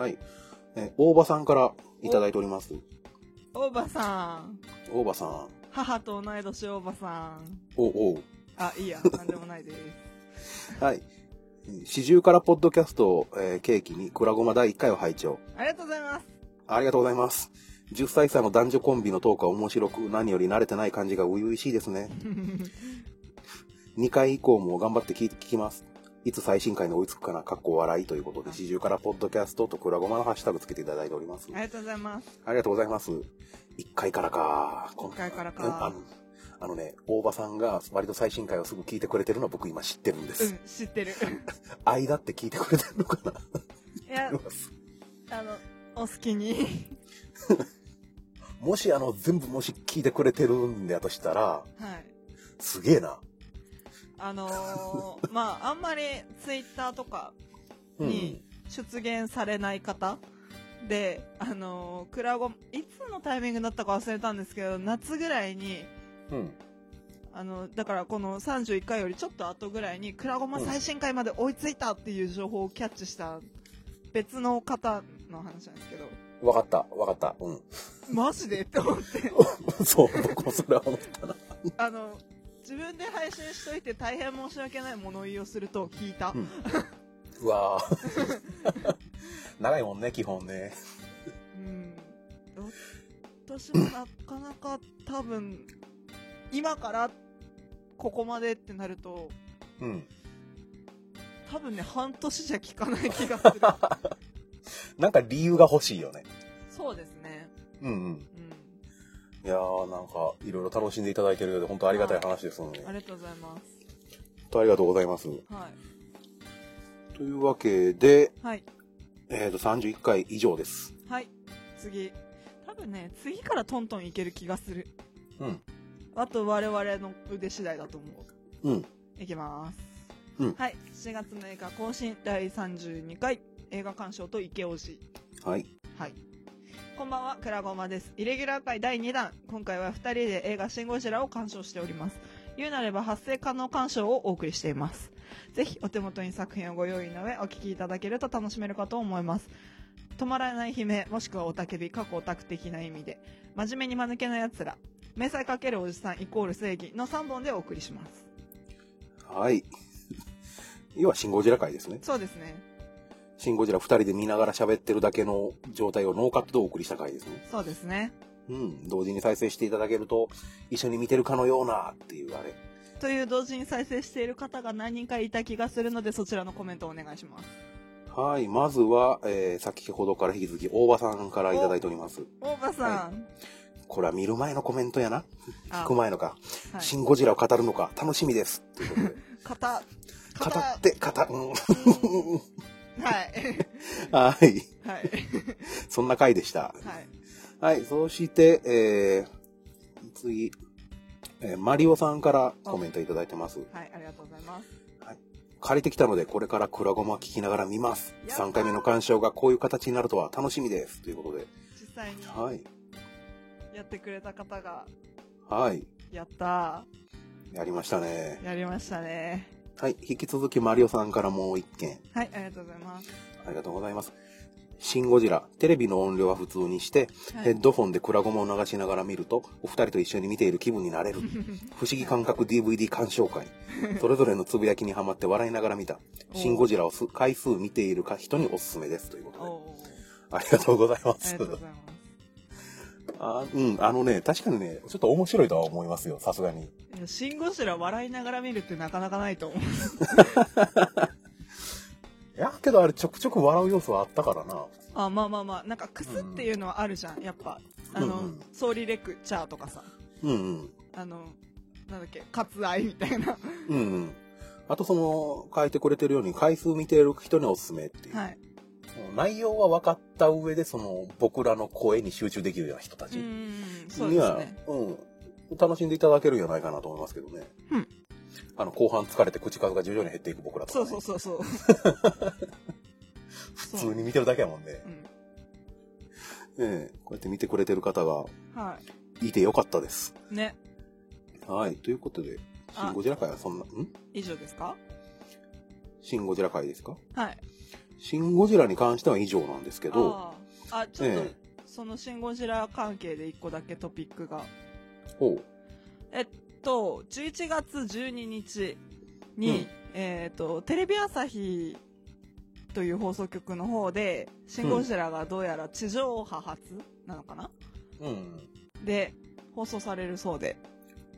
B: はい。えー大場さんからいただいております。
A: 大場さん
B: 大場さん。
A: 母と同い年大場さん
B: おうおう。
A: あいいやなんでもないです
B: はい。四十からポッドキャストを、えー、契機に、クラゴマ第1回を拝聴。
A: ありがとうございます
B: ありがとうございます。10歳差の男女コンビのトークは面白く、何より慣れてない感じが初々しいですね。2回以降も頑張って聞い聞きます。いつ最新回に追いつくかな、かっこ笑いということで、四十からポッドキャストとクラゴマのハッシュタグつけていただいております
A: あり。がとうございます
B: ありがとうございます。1回からか。
A: 一回からか
B: うんあのあのね、大場さんが割と最新回をすぐ聞いてくれてるのは僕今知ってるんで
A: う
B: す。
A: ん知ってる
B: 間って聞いてくれてるのかな
A: い やあの、お好きに。
B: もしあの、全部もし聞いてくれてるんだとしたら、
A: はい。
B: すげえな。
A: あのーまあ、あんまりツイッターとかに出現されない方で、あのー、クラゴ、いつのタイミングだったか忘れたんですけど、夏ぐらいに、
B: うん。
A: あの、だからこの31回よりちょっと後ぐらいに、クラゴマ
B: うん
A: 最新回まで追いついたっていう情報をキャッチした別の方の話なんですけど、
B: わかった、わかった。うん。
A: マジでって思って。
B: そう、僕もそれは思ったな。
A: あの自分で配信しといて大変申し訳ない物言いをすると聞いた、
B: うんうわぁ。長いもんね、基本ね。
A: うん、私もなかなか多分今からここまでってなると
B: うん。
A: 多分ね半年じゃ聞かない気がする
B: なんか理由が欲しいよね。
A: そうですね、
B: うんうん。
A: う
B: いやーなんか、いろいろ楽しんでいただいてるようで、本当ありがたい話ですので、
A: ん、ありがとうございます
B: 本当ありがとうございます。
A: は
B: というわけで、
A: いはい
B: えっ、と、31回以上です。
A: はい次多分ね次からトントンいける気がする
B: うん。
A: あと我々の腕次第だと思う
B: うん。
A: いきます。
B: うん
A: はい。7月の映画更新第32回映画鑑賞と池王子。
B: はい。
A: はい。こんばんは、くらごまです。イレギュラー界第2弾。今回は2人で映画シンゴジラを鑑賞しております。言うなれば発生可能鑑賞をお送りしています。ぜひお手元に作品をご用意の上、お聞きいただけると楽しめるかと思います。止まらない悲鳴、もしくはオタケビ、過去オタク的な意味で、真面目に間抜けな奴ら、迷彩かけるおじさんイコール正義の3本でお送りします。
B: はい。 要はシンゴジラ回ですね。
A: そうですね。
B: シンゴジラ2人で見ながら喋ってるだけの状態をノーカットでお送りした回ですね。
A: そうですね。
B: うん、同時に再生していただけると、一緒に見てるかのようなっていうあれ。
A: という同時に再生している方が何人かいた気がするので、そちらのコメントをお願いします。
B: はい、まずは、えー先ほどから引き続き、大場さんからいただいております。
A: 大場さん、
B: これは見る前のコメントやな。
A: あ
B: 聞く前のか。
A: はい
B: シン・ゴジラを語るのか、楽しみです。ということで。
A: 肩
B: 語って、語、
A: うん
B: うん。
A: はい
B: はい。
A: はい
B: そんな回でした。
A: はい
B: はい。そして、えー、次、えーマリオさんからコメントいただいてます。
A: はいありがとうございます
B: 借りてきたので、これからクラゴマ聞きながら見ます。
A: やったー
B: 3回目の鑑賞がこういう形になるとは楽しみです。ということで。
A: 実際に
B: はい。
A: やってくれた方が
B: はい。
A: やった
B: やりましたね
A: ー。やりましたね
B: はい。引き続きマリオさんからもう一件。
A: はいありがとうございます
B: ありがとうございます。シン・ゴジラ、テレビの音量は普通にして、
A: はい
B: ヘッドフォンでクラゴマを流しながら見ると、お二人と一緒に見ている気分にな れる。不思議感覚 DVD 鑑賞会。それぞれのつぶやきにはまって笑いながら見た。シン・ゴジラをす回数見ているか人におすすめです。というこ
A: お
B: とで。
A: おー
B: ありがとうございま
A: あり
B: す
A: がと。うございます
B: あうん、あのね、確かにね、ちょっと面白いとは思いますよ、さすがに。
A: いやシン・ゴジラ笑いながら見るってなかなかないと思う
B: いや、けどあれちょくちょく笑う要素はあったからな。
A: あまあまあまあなんかクスっていうのはあるじゃんやっぱあの、
B: うんうん
A: 総理レクチャーとかさ
B: うんうん。
A: あのなんだっけ割愛みたいな
B: うんうん。あとその、書いてくれてるように、回数見ている人におすすめっていう。
A: はい
B: その内容は分かった上で、その、僕らの声に集中できるような人た
A: う
B: ちに
A: ーんそうで
B: は、
A: すね
B: うん。楽しんでいただけるんじゃないかなと思いますけどね。
A: うん
B: あの、後半疲れて口数が徐々に減っていく僕らとか、
A: そ
B: ね。
A: うそうそうそう
B: 普通に見てるだけやもんね。
A: うん
B: ええこうやって見てくれてる方が
A: はい
B: てよかったです。
A: いね
B: はい。ということで、シン・ゴジラ会はそんな、ん
A: 以上ですか
B: シン・ゴジラ会ですか
A: はい
B: シン・ゴジラに関しては以上なんですけど、
A: あーあちょっと、
B: え
A: そのシン・ゴジラ関係で一個だけトピックが
B: ほう。
A: えっと11月12日に、
B: うん
A: えっとテレビ朝日という放送局の方でシン・ゴジラがどうやら地上波初なのかな、
B: うん。
A: で放送されるそうで、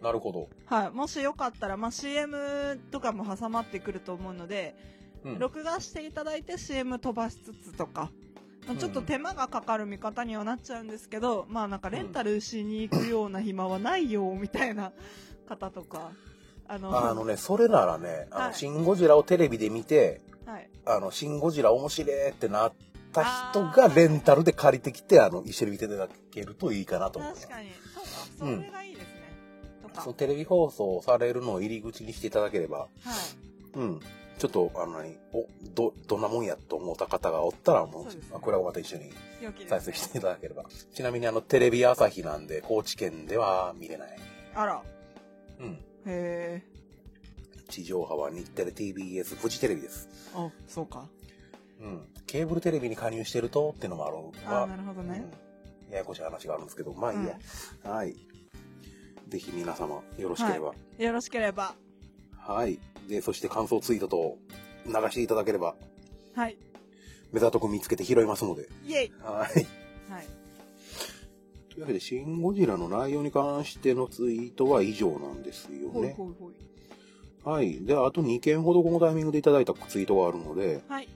B: なるほど。
A: はい、もしよかったら、まあ、CM とかも挟まってくると思うので、
B: うん
A: 録画していただいて CM 飛ばしつつとか、まあちょっと
B: うん
A: 手間がかかる見方にはなっちゃうんですけど、まあなんかレンタルしに行くような暇はないよみたいな 方とか、あの、
B: あのね、それならね、あの、
A: はい
B: シン・ゴジラをテレビで見て、
A: はい、
B: あの、シン・ゴジラ面白いってなった人がレンタルで借りてきて、あの、一緒に見ていただけるといいかなと思う。
A: 確かに、そうか、そ
B: うん
A: れがいいですね。とか、
B: そ
A: は
B: のテレビ放送されるのを入り口にしていただければ、
A: い、
B: うん。ちょっと、あの、何お、ど、どんなもんやと思った方がおったら、もう
A: そうですね、
B: あこれはまた一緒に
A: 良きです、ね。
B: 再生していただければ。ちなみに、あの、テレビ朝日なんで、高知県では見れない。
A: あら、
B: うん。
A: へえ、
B: 地上波は日テレ TBS フジテレビです。
A: あ、そうか。
B: うん。ケーブルテレビに加入してるとっていうのもある
A: あ
B: が
A: ーなるほどね。
B: うんややこしい話があるんですけど、まあいいや。はい。ぜひ皆様、よろしければ。はい。
A: よろしければ、
B: で、そして感想ツイートと流していただければ、
A: はい、
B: 目ざとく見つけて拾いますので。
A: イエイ
B: はい。
A: はい。
B: というわけで、シン・ゴジラの内容に関してのツイートは以上なんですよ
A: ほい
B: ね。
A: ほいほい。
B: はい。で、あと2件ほどこのタイミングでいただいたツイートがあるので、
A: はい、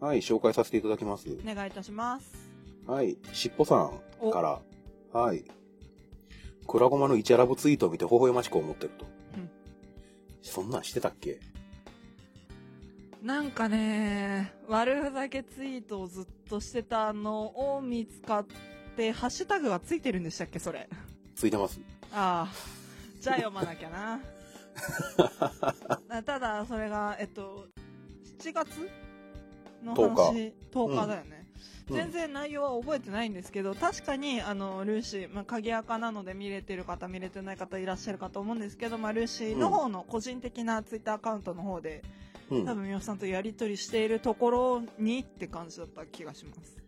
B: はい、紹介させていただきます。
A: お願いいたします。
B: はい、しっぽさんから、はい、クラゴマのイチャラブツイートを見て微笑ましく思ってると。
A: うん
B: そんなんしてたっけ
A: なんかね、悪ふざけツイートをずっとしてたのを見つかって、ハッシュタグはついてるんでしたっけ、それ。
B: ついてます。
A: ああ、 じゃあ読まなきゃな。あただ、それが、えっと、7月の話、10日だよね。
B: うん
A: 全然内容は覚えてないんですけど、確かに、あの、ルーシー、まあ、鍵垢なので見れてる方、見れてない方いらっしゃるかと思うんですけど、まあ、ルーシーの方の個人的なツイッターアカウントの方で、
B: うん
A: 多。分美穂さんとやり取りしているところにって感じだった気がします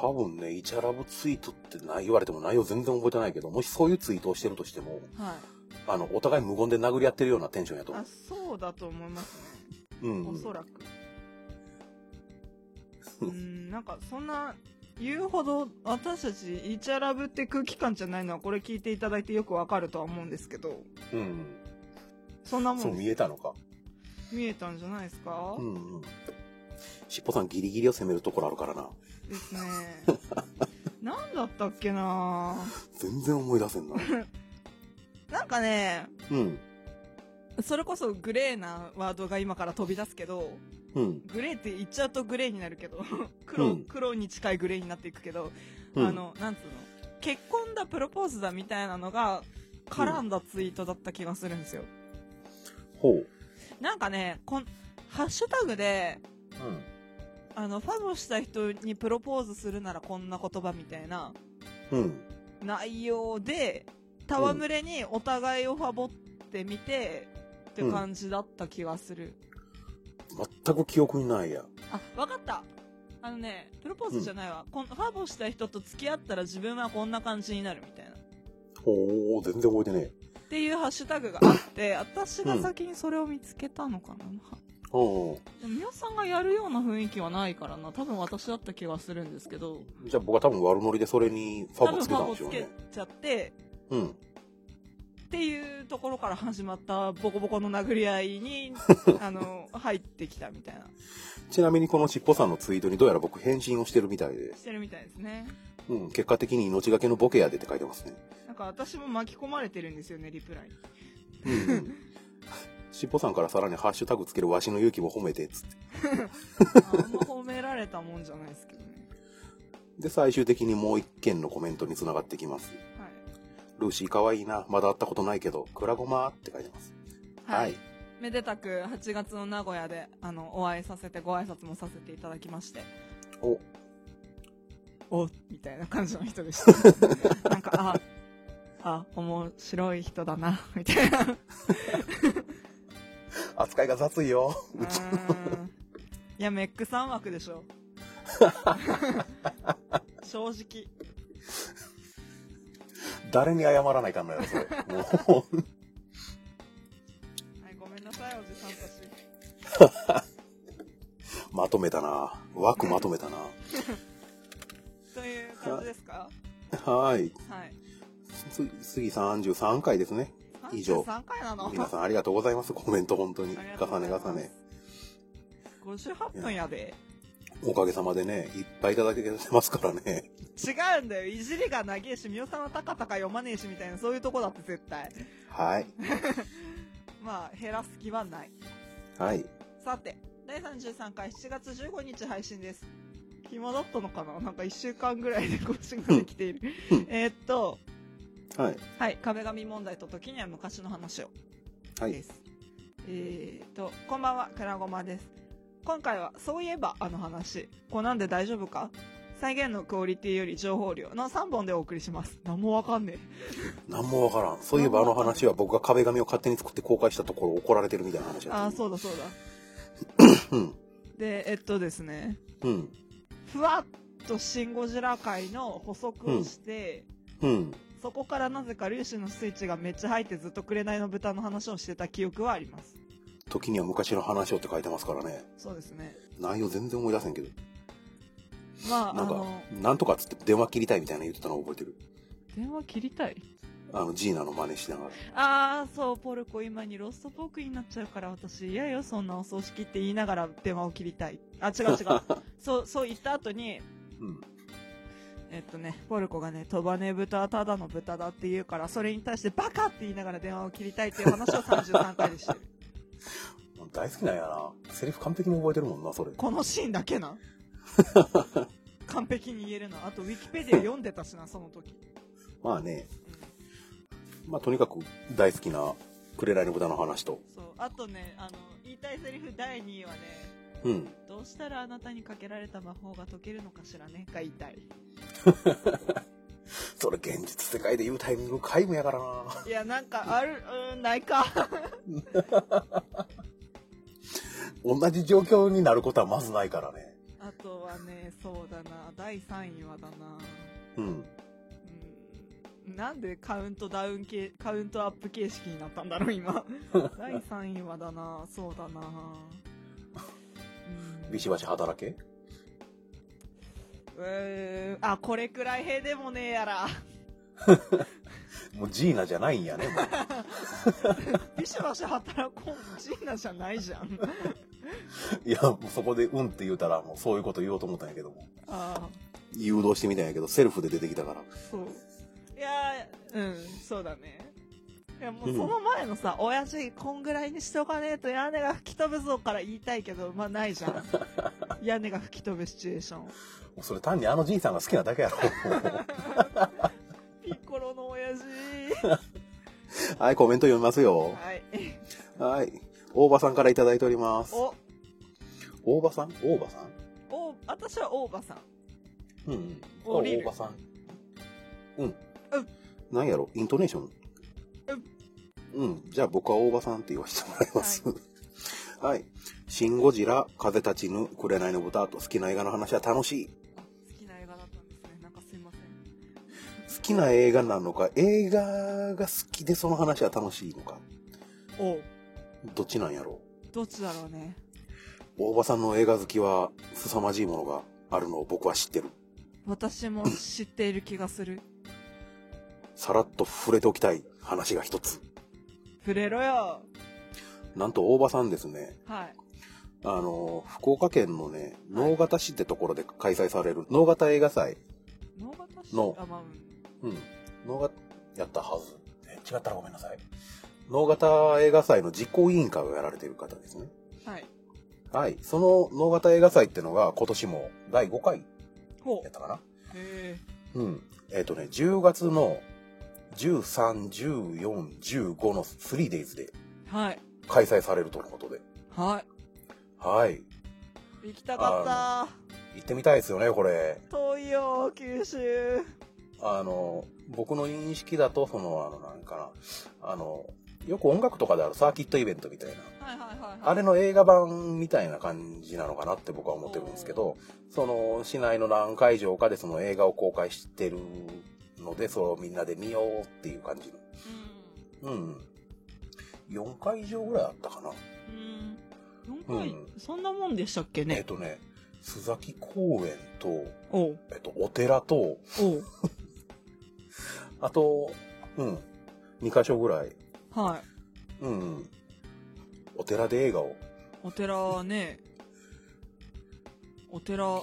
B: 多分ね、イチャラブツイートってない言われても内容全然覚えてないけど、もしそういうツイートをしてるとしても、
A: はい
B: あの、お互い無言で殴り合ってるようなテンションやと思
A: あそうだと思います
B: う。う
A: ね
B: ん。
A: おそらくうーんなんかそんな言うほど私たちイチャラブって空気感じゃないのはこれ聞いていただいてよくわかるとは思うんですけど
B: うん。
A: そんなも
B: そうん見えたのか。
A: 見えたんじゃないですか、
B: うんうん。しっぽさんギリギリを攻めるところあるからな。
A: ですねな何だったっけな
B: 全然思い出せ んな。
A: なんかね、
B: うん。
A: それこそグレーなワードが今から飛び出すけど、
B: うん。
A: グレーって言っちゃうとグレーになるけど、黒、
B: うん
A: 黒に近いグレーになっていくけど、
B: うん
A: あ、の、なんつうの、結婚だ、プロポーズだみたいなのが絡んだツイートだった気がするんですよ。
B: ほう。
A: なんかね、こん、ハッシュタグで、
B: うん。
A: あの、ファブした人にプロポーズするならこんな言葉みたいな
B: うん。
A: 内容で、戯れにお互いをファボってみて、って感じだった気がする。
B: 全く記憶にないや。
A: あ、わかったあのね、プロポーズじゃないわ。こんファボした人と付き合ったら自分はこんな感じになるみたいな。
B: ほう、全然覚えてねえ。
A: っていうハッシュタグがあって、私が先にそれを見つけたのかな。
B: うんうん。
A: でも宮さんがやるような雰囲気はないからな。多分私だった気がするんですけど。
B: じゃあ僕は多分悪ノリでそれにフ
A: 多
B: ァブつ
A: 分フ
B: けた
A: ァ
B: ん
A: ボ
B: でしょ
A: つ
B: う
A: け
B: ね。
A: ちゃって、
B: うん。
A: っていうところから始まったボコボコの殴り合い に、あの、入ってきたみたいな。
B: ちなみにこのしっぽさんのツイートにどうやら僕返信をしてるみたいで、
A: してるみたいですね。
B: うん、結果的に命がけのボケやでって書いてますね。
A: なんか私も巻き込まれてるんですよね、リ プライに。
B: うん。しっぽさんからさらにハッシュタグつけるわしの勇気も褒めてっつって。
A: あんま褒められたもんじゃないですけどね。
B: で、最終的にもう一件のコメントに繋がってきます。ルーシー可愛いな、まだ会ったことないけど、くらごまって書いてます。
A: はい。
B: はい。
A: めでたく8月の名古屋であのお会いさせてご挨拶もさせていただきまして
B: お、
A: おみたいな感じの人 でした。なんかああ面白い人だなみたいな。う
B: 扱いが雑いよ。
A: ーんいやメックさん枠でしょ。正直
B: 誰に謝らないかんのやつ。もう、
A: はいごめんなさいおじさんたち。
B: まとめたな。枠まとめたな。
A: という感じですか。
B: はい。
A: はい。
B: す杉33回ですね。以上
A: 3回なの。
B: 皆さんありがとうございます。コメント本当に。
A: ありがとうご
B: 重
A: ざ
B: ね
A: います
B: 重ね。。
A: 58分やで。
B: おかげさまでね、いっぱいいただけてますからね。
A: 違うんだよ。いじりが長えし、みおさんはたかたか読まねえしみたいな、そういうとこだって絶対。
B: はい。
A: まあ、減らす気はない。
B: はい。
A: さて、第33回7月15日配信です。暇だったのかななんか1週間ぐらいで更新ができて いる
B: うん。
A: えーっと、
B: はい。
A: はい、壁紙問題と時には昔の話を。
B: は
A: で
B: い。
A: す。えー、と、こんばんは、くらごまです。今回は、そういえばあの話、こうなんで大丈夫か再現のクオリティより情報量の3本でお送りします。何もわかんね
B: 何もわからん。そういえばあの話は僕が壁紙を勝手に作って公開したところ怒られてるみたいな話
A: え。
B: だ
A: ああ、
B: う。
A: そうだそうだ。
B: うん。
A: で、えっとですね、
B: うん。
A: ふわっとシン・ゴジラ界の補足をして、
B: うん。
A: そこからなぜか粒子のスイッチがめっちゃ入ってずっと紅の豚の話をしてた記憶はあります。
B: 時には昔の話をって書いてますからね。
A: そうですね。
B: 内容全然思い出せんけど。
A: まあ、
B: な
A: あ
B: んか
A: の、、
B: なんとかっつって電話切りたいみたいな言ってたの覚えてる。
A: 電話切りたい
B: あの、ジーナの真似しながら。
A: ああ、そう、ポルコ、今にローストポークになっちゃうから、私、嫌よ、そんなお葬式って言いながら電話を切りたい。あ、違う違う。そう、そう言った後に、
B: うん。
A: えっとね、ポルコがね、飛ばねえ豚はただの豚だって言うから、それに対してバカって言いながら電話を切りたいっていう話を33回でしてる。
B: 大好きなんやな。セリフ完璧に覚えてるもんな、それ。
A: このシーンだけな完璧に言えるな。あと、ウィキペディア読んでたしな、その時。
B: まあね、
A: う
B: まあとにかく大好きな、紅の豚の話と。
A: ん、そう。あとね、あの、言いたいセリフ第2位はね、
B: うん。
A: どうしたらあなたにかけられた魔法が解けるのかしらね、が言いたい。
B: それ現実世界で言うタイミング皆無やからな。
A: いや、なんか、ある、うーん、ないか。
B: 同じ状況になることはまずないからね。
A: あとはね、そうだな、第3位はだな、
B: うん。
A: うん、なんでカウントダウン系、カウントアップ形式になったんだろう、今。第3位はだな、そうだな、うん
B: ビシバシ働け
A: うーん、あ、これくらいへでもねえやら。
B: もうジーナじゃないんやね。もう
A: ビシバシ働こう、ジーナじゃないじゃん。
B: いや、もうそこでうんって言うたら、もうそういうこと言おうと思ったんやけども。
A: あ
B: 誘導してみたんやけど、セルフで出てきたから。
A: そう。いやー、うん、そうだね。いや、もううんその前のさ、親父、こんぐらいにしとかねえと屋根が吹き飛ぶぞから言いたいけど、まあないじゃ ん。屋根が吹き飛ぶシチュエーション。
B: それ単にあのじいさんが好きなだけやろ。
A: ピッコロの親父。
B: はい、コメント読みますよ。
A: はい。
B: はい。大場さんからいただいております。
A: お、
B: 大場さん大場さん
A: お、私は大場さ
B: う
A: ん。
B: んうん。
A: 降りる
B: 大場さん。うん。なんやろイントネーションうん。じゃあ僕は大場さんって言わせてもらいます。はい。シン・ゴジラ、風立ちぬ、紅の豚と好きな映画の話は楽しい。
A: あ好きな映画だったんですね。なんかすいません。
B: 好きな映画なのか、映画が好きでその話は楽しいのか。
A: お、
B: どっちなんやろ
A: どっちだろうね。
B: 大場さんの映画好きは凄まじいものがあるのを僕は知ってる。
A: 私も知っている気がする。
B: さらっと触れておきたい話が一つ。
A: 触れろよ。
B: なんと大場さんですね、
A: はい。
B: あの、福岡県のね、能形市ってところで開催される、能形映画祭。
A: 能形市
B: の
A: あ、まあ、うん
B: うん。能形、やったはず。え違ったらごめんなさい。能形映画祭の実行委員会をやられている方ですね。
A: はい。
B: はい。その能形映画祭ってのが今年も第5回
A: ほ
B: やっ
A: う。
B: たかな
A: へえ。
B: うん。えっ、とね、10月の13、14、15の 3days で
A: はい。
B: 開催されるとのことで。
A: はい。
B: はい。
A: 行きたかっ
B: 行ってみたいですよね、これ。
A: た遠いよ九州
B: あの、僕の認識だと、その、あの、なんかな、あの、よく音楽とかであるサーキットイベントみたいな、
A: はいはいはい、はい、
B: あれの映画版みたいな感じなのかなって僕は思ってるんですけど、その、市内の何会場かでその映画を公開してるので、それをみんなで見ようっていう感じの。うん。4会場ぐらいあったかな。
A: うんうん4回、
B: う
A: そんなもんでしたっけ
B: えっ
A: ね
B: とね、須崎公園と、
A: おう
B: えっと、お寺と、
A: おう
B: あと、うん、2箇所ぐらい
A: はい
B: うんうん。お寺で映画を。
A: お寺はねお寺か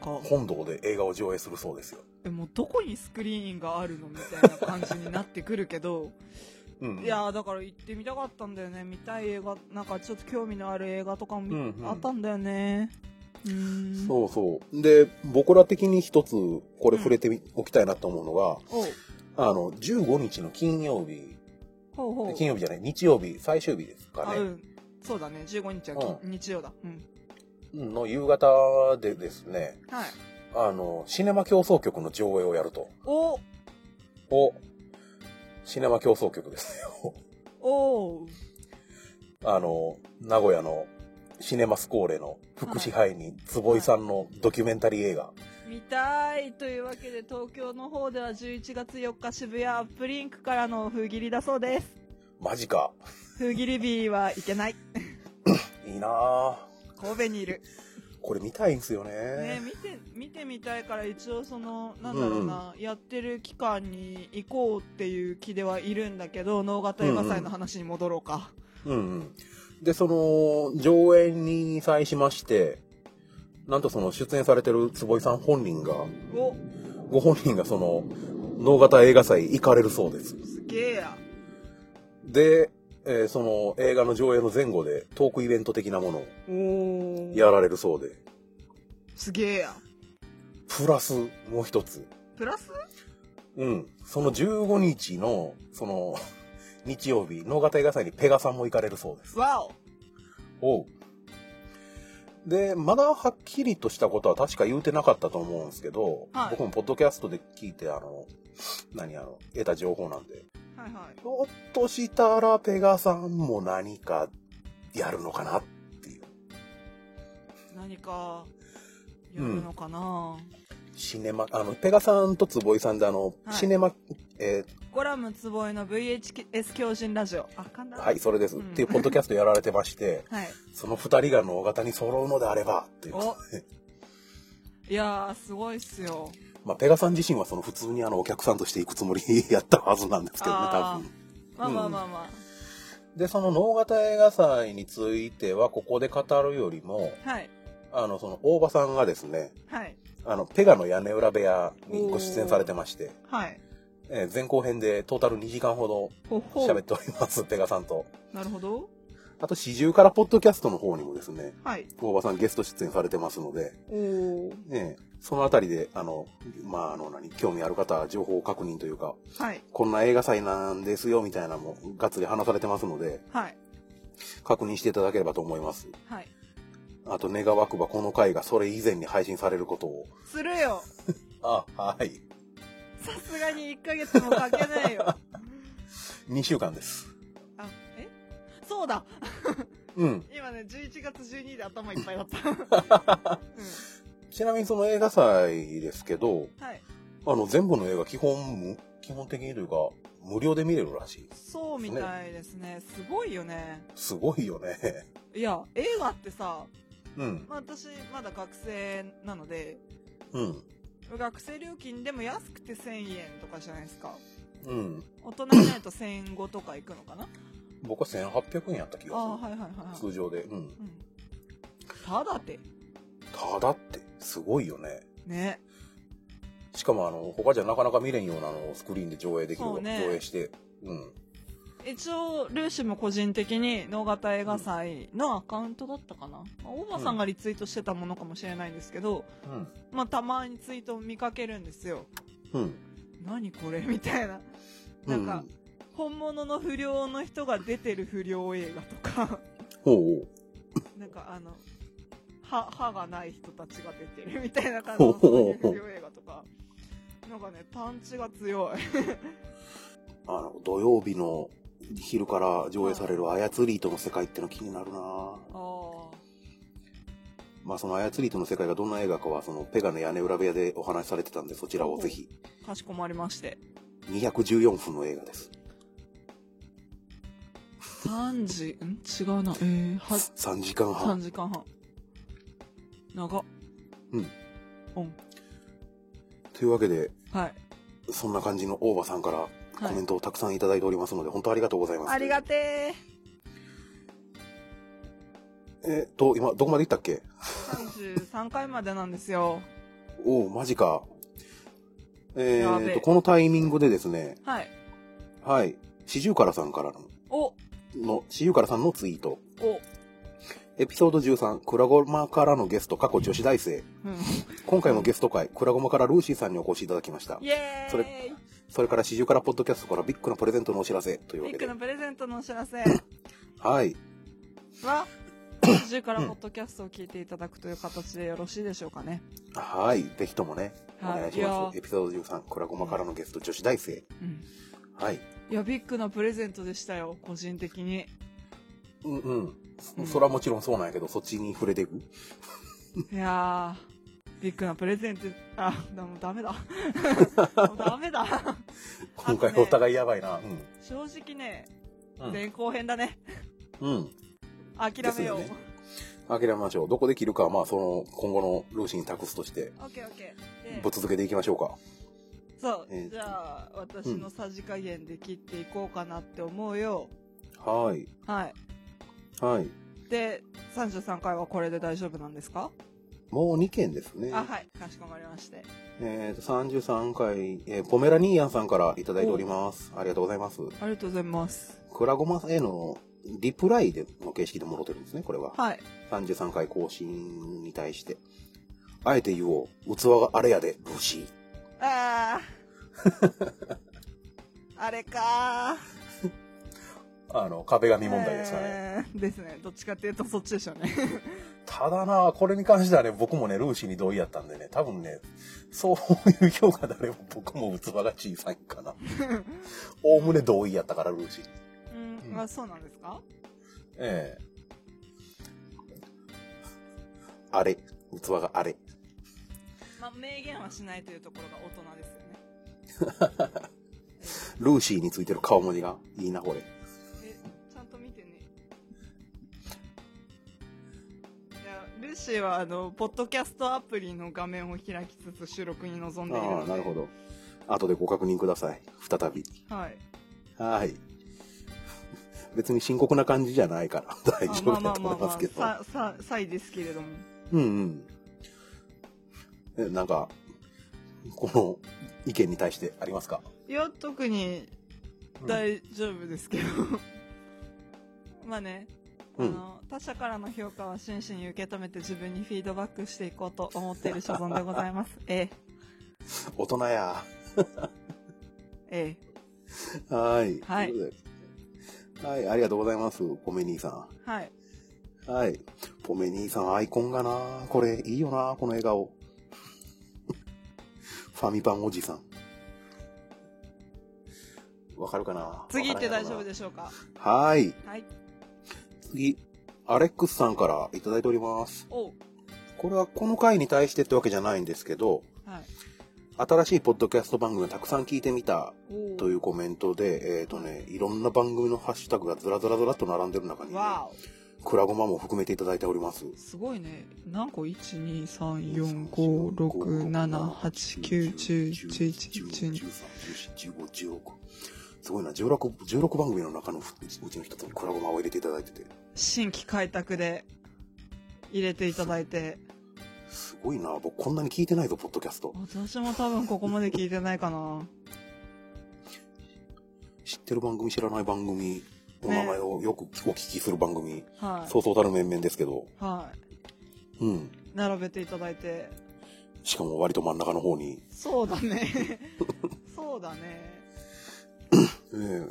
B: 本堂で映画を上映するそうですよ。
A: えもうどこにスクリーンがあるのみたいな感じになってくるけど
B: うん
A: いやーだから行ってみたかったんだよね見たい映画なんかちょっと興味のある映画とかも、
B: うんうん
A: あったんだよねうーん
B: そうそう。で、僕ら的に一つ、これ触れてみおきたいなと思うのが、
A: おう
B: あの、15日の金曜日、
A: ほうほう
B: 金曜日じゃない、日曜日、最終日ですか
A: あう
B: ね、
A: ん、そうだね15日はき、日曜だうん
B: うんの夕方でですね、
A: はい
B: あの、シネマ競争局の上映をやると。
A: お
B: お、シネマ競争局ですよ。
A: おう
B: あの、名古屋のシネマスコーレの副支配人、坪井さんのドキュメンタリー映画。
A: 見たいというわけで東京の方では11月4日渋谷アップリンクからの封切りだそうです
B: マジか。
A: 封切り日はいけない
B: いいなあ
A: 神戸にいる
B: これ見たいんですよね。
A: ね見て見てみたいから一応そのなんだろうな、やってる期間に行こうっていう気ではいるんだけど能形映画祭の話に戻ろうか、
B: うんうん。で、その、上演に際しまして、なんとその出演されてる坪井さん本人が、
A: お
B: ご本人がその、能型映画祭行かれるそうです。
A: すげえや
B: で、えーその映画の上映の前後でトークイベント的なものを
A: おお
B: やられるそうで、
A: すげえや
B: プラスもう一つ、
A: プラス
B: うん、その15日の、その、日曜日、能型映画祭にペガさんも行かれるそうです。
A: わお
B: おうでまだはっきりとしたことは確か言うてなかったと思うんですけど、
A: はい
B: 僕もポッドキャストで聞いてあの何あの得た情報なんで
A: はいはい
B: ひょっとしたらペガさんも何かやるのかなっていう
A: 何かやるのかな、
B: シネマあのペガさんと坪井さんであの、
A: はい
B: シネマえ
A: ゴラム坪井の VHS 狂人ラジオあかん
B: ー
A: だ
B: はいそれです、
A: うん
B: っていうポッドキャストやられてまして
A: はい
B: その2人が能型に揃うのであればっていう
A: おいやーすごいっすよ
B: まあ、ペガさん自身はその普通にあのお客さんとして行くつもり やったはずなんですけどね多
A: あー
B: 分。
A: まあまあまあま
B: で、その能型映画祭については、ここで語るよりも、
A: あ、はい
B: あの、その、大場さんがですね、
A: はい。
B: あの、ペガの屋根裏部屋にご出演されてまして、
A: はい。
B: えー前後編でトータル2時間ほど
A: ほうほ
B: 喋っ
A: う。
B: ております、 ペガさんと。
A: なるほど。
B: あと、四十からポッドキャストの方にもですね、
A: はい。
B: 大場さんゲスト出演されてますので、
A: おー。
B: ね、そのあたりで、あの、まあ、あの、何、興味ある方は情報確認というか、
A: はい。
B: こんな映画祭なんですよ、みたいなのも、がっつり話されてますので、
A: はい。
B: 確認していただければと思います。
A: はい。
B: あと、願わくばこの回がそれ以前に配信されることを。
A: するよ。
B: あ、はい。
A: さすがに1ヶ月もかけない よ。
B: 2週間です。
A: あ、えそうだ。
B: うん。
A: 今ね、11月12日で頭いっぱいだ った。うん
B: ちなみにその映画祭ですけど、
A: はい。
B: あの、全部の映画基本無、基本的にというか、無料で見れるらしい。
A: そうみたいですね。すごいよね。
B: すごいよね。
A: いや、映画ってさ、
B: うん。
A: まあ、私まだ学生なので、
B: うん。
A: 学生料金でも安くて1000円とかじゃないですか。
B: うん。
A: 大人になると1005とか行くのかな
B: 僕は1800円やった気
A: ああ、
B: が
A: はいはいはい
B: す
A: は
B: る。
A: い。
B: 通常で。うん。
A: うん。ただで。
B: ただって、すごいよね。
A: ね。
B: しかも、あの、他じゃなかなか見れんようなのをスクリーンで上映でき
A: そ
B: る、
A: うね
B: 上映して。うん。
A: 一応、ルーシも個人的に、能型映画祭のアカウントだったかな。まあ、大場さんがリツイートしてたものかもしれないんですけど、
B: うん。
A: まあ、たまにツイートを見かけるんですよ。
B: うん。
A: 何これみたいな。なんか、本物の不良の人が出てる不良映画とか、
B: うん、おう
A: なんかあの、歯、歯がない人たちが出てるみたいな感じのそういう不良映画とか、なんかね、パンチが強い。
B: おうあの、土曜日の昼から上映されるアヤツリートの世界っての気になるな
A: ああ。
B: まあそのアヤツリートの世界がどんな映画かは、そのペガの屋根裏部屋でお話しされてたんで、そちらをぜひ。
A: かしこまりまして。
B: 214分の映画です。
A: 3時、ん違うな。えー、は、
B: 3時間半。
A: 3時間半。長っ。
B: うん。
A: うん。
B: というわけで、
A: はい。
B: そんな感じの大場さんから
A: は
B: コメ
A: い。
B: ントをたくさんいただいておりますので、本当ありがとうございます。
A: ありがて
B: えっと、今、どこまで行ったっけ
A: ー。33回までなんですよ。
B: おお、マジか。え
A: や
B: ー、
A: べ
B: と、
A: え
B: このタイミングでですね、
A: はい。
B: はい、四十からさんからの、
A: お、
B: の四十からさんのツイート。
A: お。
B: エピソード13、クラゴマからのゲスト、過去女子大生。
A: うん。
B: 今回もゲスト会、クラゴマからルーシーさんにお越しいただきました。
A: イエ
B: そ
A: ー
B: れ
A: イ
B: それから四十からポッドキャストからビッグなプレゼントのお知らせというわ
A: ビ
B: け
A: ッグ
B: で
A: の。プレゼントのお知らせ
B: はい。
A: は、途中からポッドキャストを聞いていただくという形でよろしいでしょうかね。
B: はい。ぜひともね、お
A: はい
B: 願いし
A: いや
B: ま
A: ー
B: す。エピソード13、クラゴマからのゲスト、女子大生。
A: うん。
B: はい。
A: いや、ビッグなプレゼントでしたよ、個人的に。
B: うんうん。
A: うん
B: そそれはもちろんそうなんやけど、そっちに触れていく。
A: いやー、ビッグなプレゼント、あ、でもダメ だ。もうダメだ。
B: 今回
A: あとね
B: お互いやばいな。
A: 正直ね、
B: うん。
A: 前後編だね。
B: うん。うん。
A: 諦めよう。
B: ですよね諦めましょう。どこで切るかは、まあ、その、今後のルーシーに託すとして、
A: オッケーオッケー。
B: ぶっ
A: で
B: 続けていきましょうか。
A: そう、
B: えー
A: じゃあ、私のさじ加減で切っていこうかなって思うよ。
B: はい。
A: はい。
B: はい。
A: で、33回はこれで大丈夫なんですか、
B: もう2件ですね。
A: あ、はい。かしこまりまして。
B: えっ、と、33回、えーポメラニーヤンさんからいただいております。ありがとうございます。
A: ありがとうございます。
B: クラゴマへのリプライでの形式でもろてるんですね、これは。
A: はい。
B: 33回更新に対して。あえて言おう。器があれやで、ルーシー。
A: あ ー。あれか
B: あの、壁紙
A: ー。
B: 問題ですかね。
A: えーですね。どっちかっていうとそっちでしょうね。
B: ただな、これに関してはね、僕もね、ルーシーに同意やったんでね、多分ね、そういう評価であれば僕も器が小さいか な。おおむね同意やったから、ルーシー。
A: うん、
B: うん
A: あ、そうなんですか
B: ええあれ、器があれ。
A: まあ、明言はしないというところが大人ですよね。
B: ルーシーについてる顔文字がいいな、これ。
A: えちゃんと見てねいやルーシーはあのポッドキャストアプリの画面を開きつつ収録に臨んでいるの
B: ああ、
A: で
B: なるほど。後でご確認ください。再び。
A: はい
B: はい。別に深刻な感じじゃないから大丈夫だと思いますけど。
A: あまあまあまあまあさささいですけれども
B: うんうん。えなんか、この意見に対してありますか
A: いや、特に大丈夫ですけど。 まあね、あ
B: うん
A: の、他者からの評価は真摯に受け止めて自分にフィードバックしていこうと思っている所存でござい ます。え
B: 大人や。
A: え、え
B: はーい。
A: はい
B: ということで。はい、ありがとうございます、ポメ兄さ
A: え、はい。
B: ん。はい。ポメ兄さんアイコンがな、これいいよな、この笑顔。 ファミパンおじさん。わかるかな
A: 次行って大丈夫
B: す。
A: でしょうか。
B: はーい。
A: はい。
B: 次、アレックスさんからいただいております。
A: おう。
B: これはこの回に対してってわけじゃないんですけど、
A: はい。
B: 新しいポッドキャスト番組をたくさん聞いてみた
A: おう。
B: というコメントで、えっ、とね、いろんな番組のハッシュタグがずらずらずらっと並んでる中に、ね、
A: わ
B: クラゴマも含めていただいております。
A: お。すごいね。何個 ?1、2、3、4、5、6、7、8、9、10、11、12。
B: 11すごいな16、16番組の中のうちの一つにクラゴマを入れていただいてて、
A: 新規開拓で入れていただいて。
B: すごいな、僕こんなに聞いてないぞ、ポッドキャスト。
A: 私も多分ここまで聞いてないかな。
B: 知ってる番組、知らない番組、お名前をよくお聞きする番組、
A: はい。
B: そうそうたる面々ですけど、
A: はい。
B: うん。
A: 並べていただいて。
B: しかも割と真ん中の方に、
A: そうだね。 そうだね。
B: ええ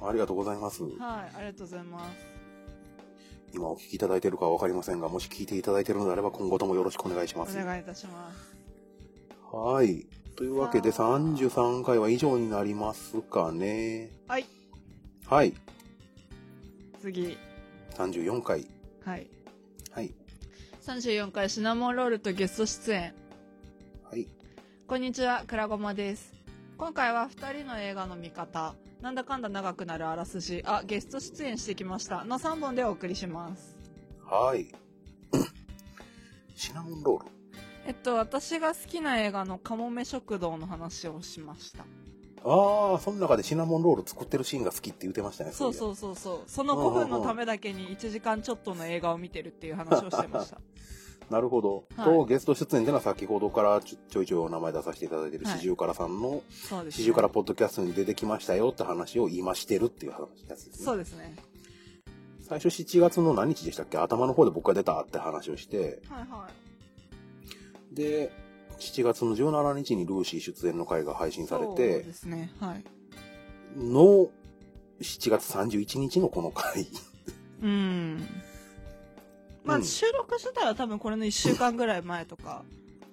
B: ありがとうございます。
A: はい。ありがとうございます。
B: 今お聞きいただいてるかは分かりませんが、もし聞いていただいてるのであれば今後ともよろしくお願いしま
A: お
B: す。
A: 願いいたします。
B: はい。というわけで
A: さあ
B: 33回は以上になりますかね。
A: はい。
B: はい。
A: 次。
B: 34回。
A: はい。
B: はい。
A: 34回シナモンロールとゲスト出演。
B: はい。
A: こんにちは、くらごまです。今回は2人の映画の見方、なんだかんだ長くなるあらすじ、あ、ゲスト出演してきましたの3本でお送りします。
B: はい。シナモンロール。
A: えっと、私が好きな映画のカモメ食堂の話をしました。
B: ああ、その中でシナモンロール作ってるシーンが好きって言ってましたね。
A: そう
B: うい
A: そうそうそう。その5分のためだけに1時間ちょっとの映画を見てるっていう話をしてま した。
B: えば。なるほど。
A: はい
B: と、ゲスト出演でのは先ほどからちょちょいちょいお名前出させていただいてる
A: はい
B: シジュウカラさんの
A: そうです、
B: 四十からポッドキャストに出てきましたよって話を今してるっていう話やつです
A: そ
B: ね。
A: うですね。
B: 最初7月の何日でしたっけ頭の方で僕が出たって話をして、
A: はいは
B: で、7月の17日にルーシー出演の回が配信
A: い。
B: され
A: そう
B: て
A: で、すね。はい。
B: の7月31日のこの回。
A: うん。ま
B: う
A: あ、
B: ん
A: 収録自体は多分これの1週間ぐらい前とか。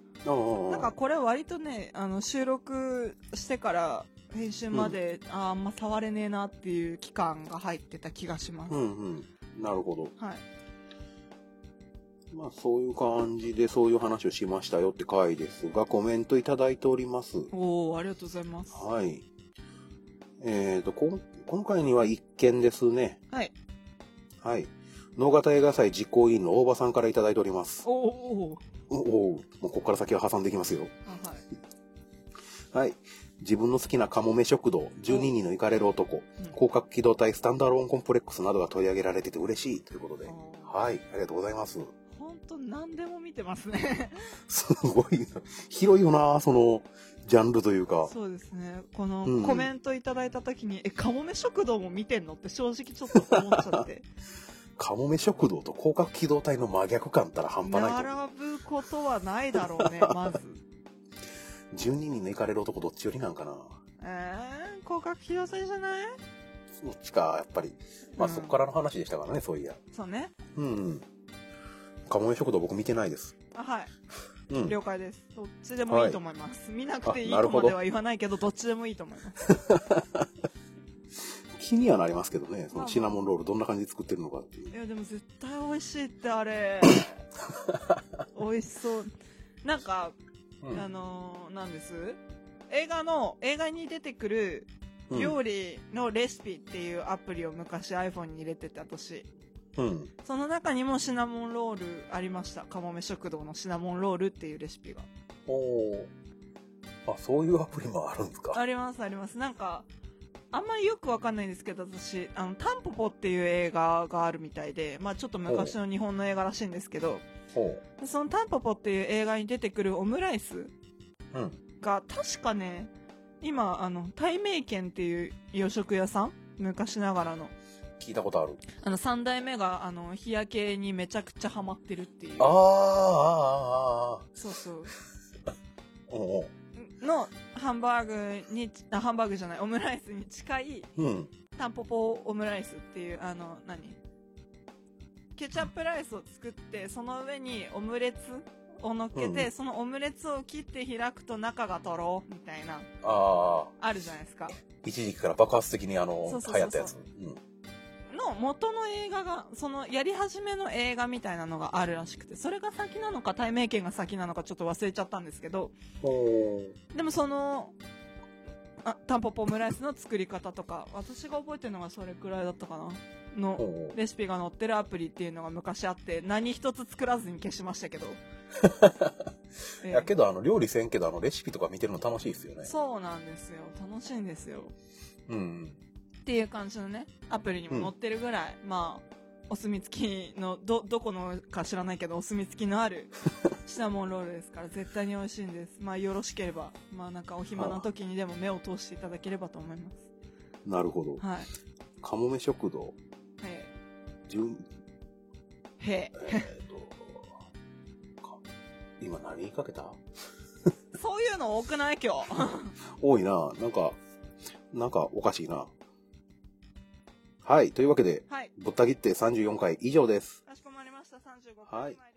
A: なんかこれ割とね、あの、収録してから編集まで、あーあんま触れねえなっていう期間が入ってた気がします。
B: うんうん。なるほど。
A: はい。
B: まあそういう感じでそういう話をしましたよって回ですが、コメントいただいております。
A: おおありがとうございます。
B: はい。えっ、と、こん今回には一件ですね。
A: はい。
B: はい。能形映画祭実行委員の大場さんからいただいております。
A: おお
B: おおうもうここから先は挟んでいきますよ。
A: あはい。
B: はい。自分の好きなカモメ食堂、12人のイカれる男、
A: うん
B: 広角機動隊スタンダーローンコンプレックスなどが取り上げられてて嬉しいということで。
A: あー
B: はい。ありがとうございます。
A: ほんと何でも見てますね。
B: すごいな。広いよな、その、ジャンルというか。
A: そうですね。この
B: うんうん
A: コメントいただいた時に、え、カモメ食堂も見てんのって正直ちょっと思っちゃって。
B: カモメ食堂と広角機動隊の真逆感ったら半端ないと思う。
A: 並ぶことはないだろ うね、まず。
B: 12人のイカれる男どっちよりなんかな。
A: えー、広角機動隊じゃない
B: どっちか、やっぱり。まあ、
A: うん
B: そこからの話でしたからね、そういや。
A: そうね。
B: うんうん。カモメ食堂僕見てないです。
A: あ、はい。
B: うん。
A: 了解です。どっちでもいいと思います。見なくていい
B: あなる
A: と
B: ほ
A: ま
B: ど
A: では言わないけど、どっちでもいいと思います。
B: 気にはなりますけどね、そ
A: まあま
B: の
A: あ
B: シナモンロールどんな感じで作ってるのかっていう
A: い。や、でも絶対美味しいってあ れ。美味しそう。なんか、
B: うん
A: あのーなんです映画の、映画に出てくる
B: うん
A: 料理のレシピっていうアプリを昔 iPhone に入れてて、私。
B: うん。
A: その中にもシナモンロールありました。かもめ食堂のシナモンロールっていうレシピが。
B: おーあ、そういうアプリもあるんですか。
A: ありますあります。なんか、あんまりよくわかんないんですけど、私、あの、タンポポっていう映画があるみたいで、まあちょっと昔の日本の映画らしいんですけど、
B: ほ
A: そのタンポポっていう映画に出てくるオムライス
B: う。うん。
A: が、確かね、今、あの、大名犬っていう洋食屋さん昔ながらの。
B: 聞いたことある。
A: あの、三代目が、あの、日焼けにめちゃくちゃハマってるっていう
B: あ。あ、ああ、あ
A: そうそう。
B: あ。おう
A: の、ハンバーグに、あ、ハンバーグじゃない、オムライスに近い、
B: おう。うん。
A: タンポポオムライスっていうあの何ケチャップライスを作ってその上にオムレツを乗っけて、
B: うん
A: そのオムレツを切って開くと中がとろみたいな
B: ああ。
A: あるじゃないですか
B: 一時期から爆発的にあの、
A: そうそうそうそう
B: 流行ったやつ。うん。
A: の元の映画がそのやり始めの映画みたいなのがあるらしくてそれが先なのか対名権が先なのかちょっと忘れちゃったんですけど
B: お
A: でもそのあタンポポオムライスの作り方とか私が覚えてるのがそれくらいだったかなの
B: お
A: レシピが載ってるアプリっていうのが昔あって何一つ作らずに消しまし たけど、ええ
B: やけど、あの、料理せんけど、あの、レシピとか見てるの楽しいですよね。
A: そうなんですよ楽しいんですよ
B: うん。
A: っていう感じのねアプリにも載ってるぐらい、まあお墨付きのどどこのか知らないけどお墨付きのあ るシナモンロールですから絶対に美味しいんですまあよろしければまあなんかお暇な時にでも目を通していただければと思いま
B: なるほど
A: す。はい
B: カモメ食堂、
A: へ
B: 順、
A: えへ
B: えーっと、か今何言いかけた
A: えそういうの多くない今日
B: 多いな。なんか、なんかおかしいな。はい。というわけで、
A: はい
B: ぼった切って34回以上です。
A: かしこまりました35分
B: はい
A: 参ります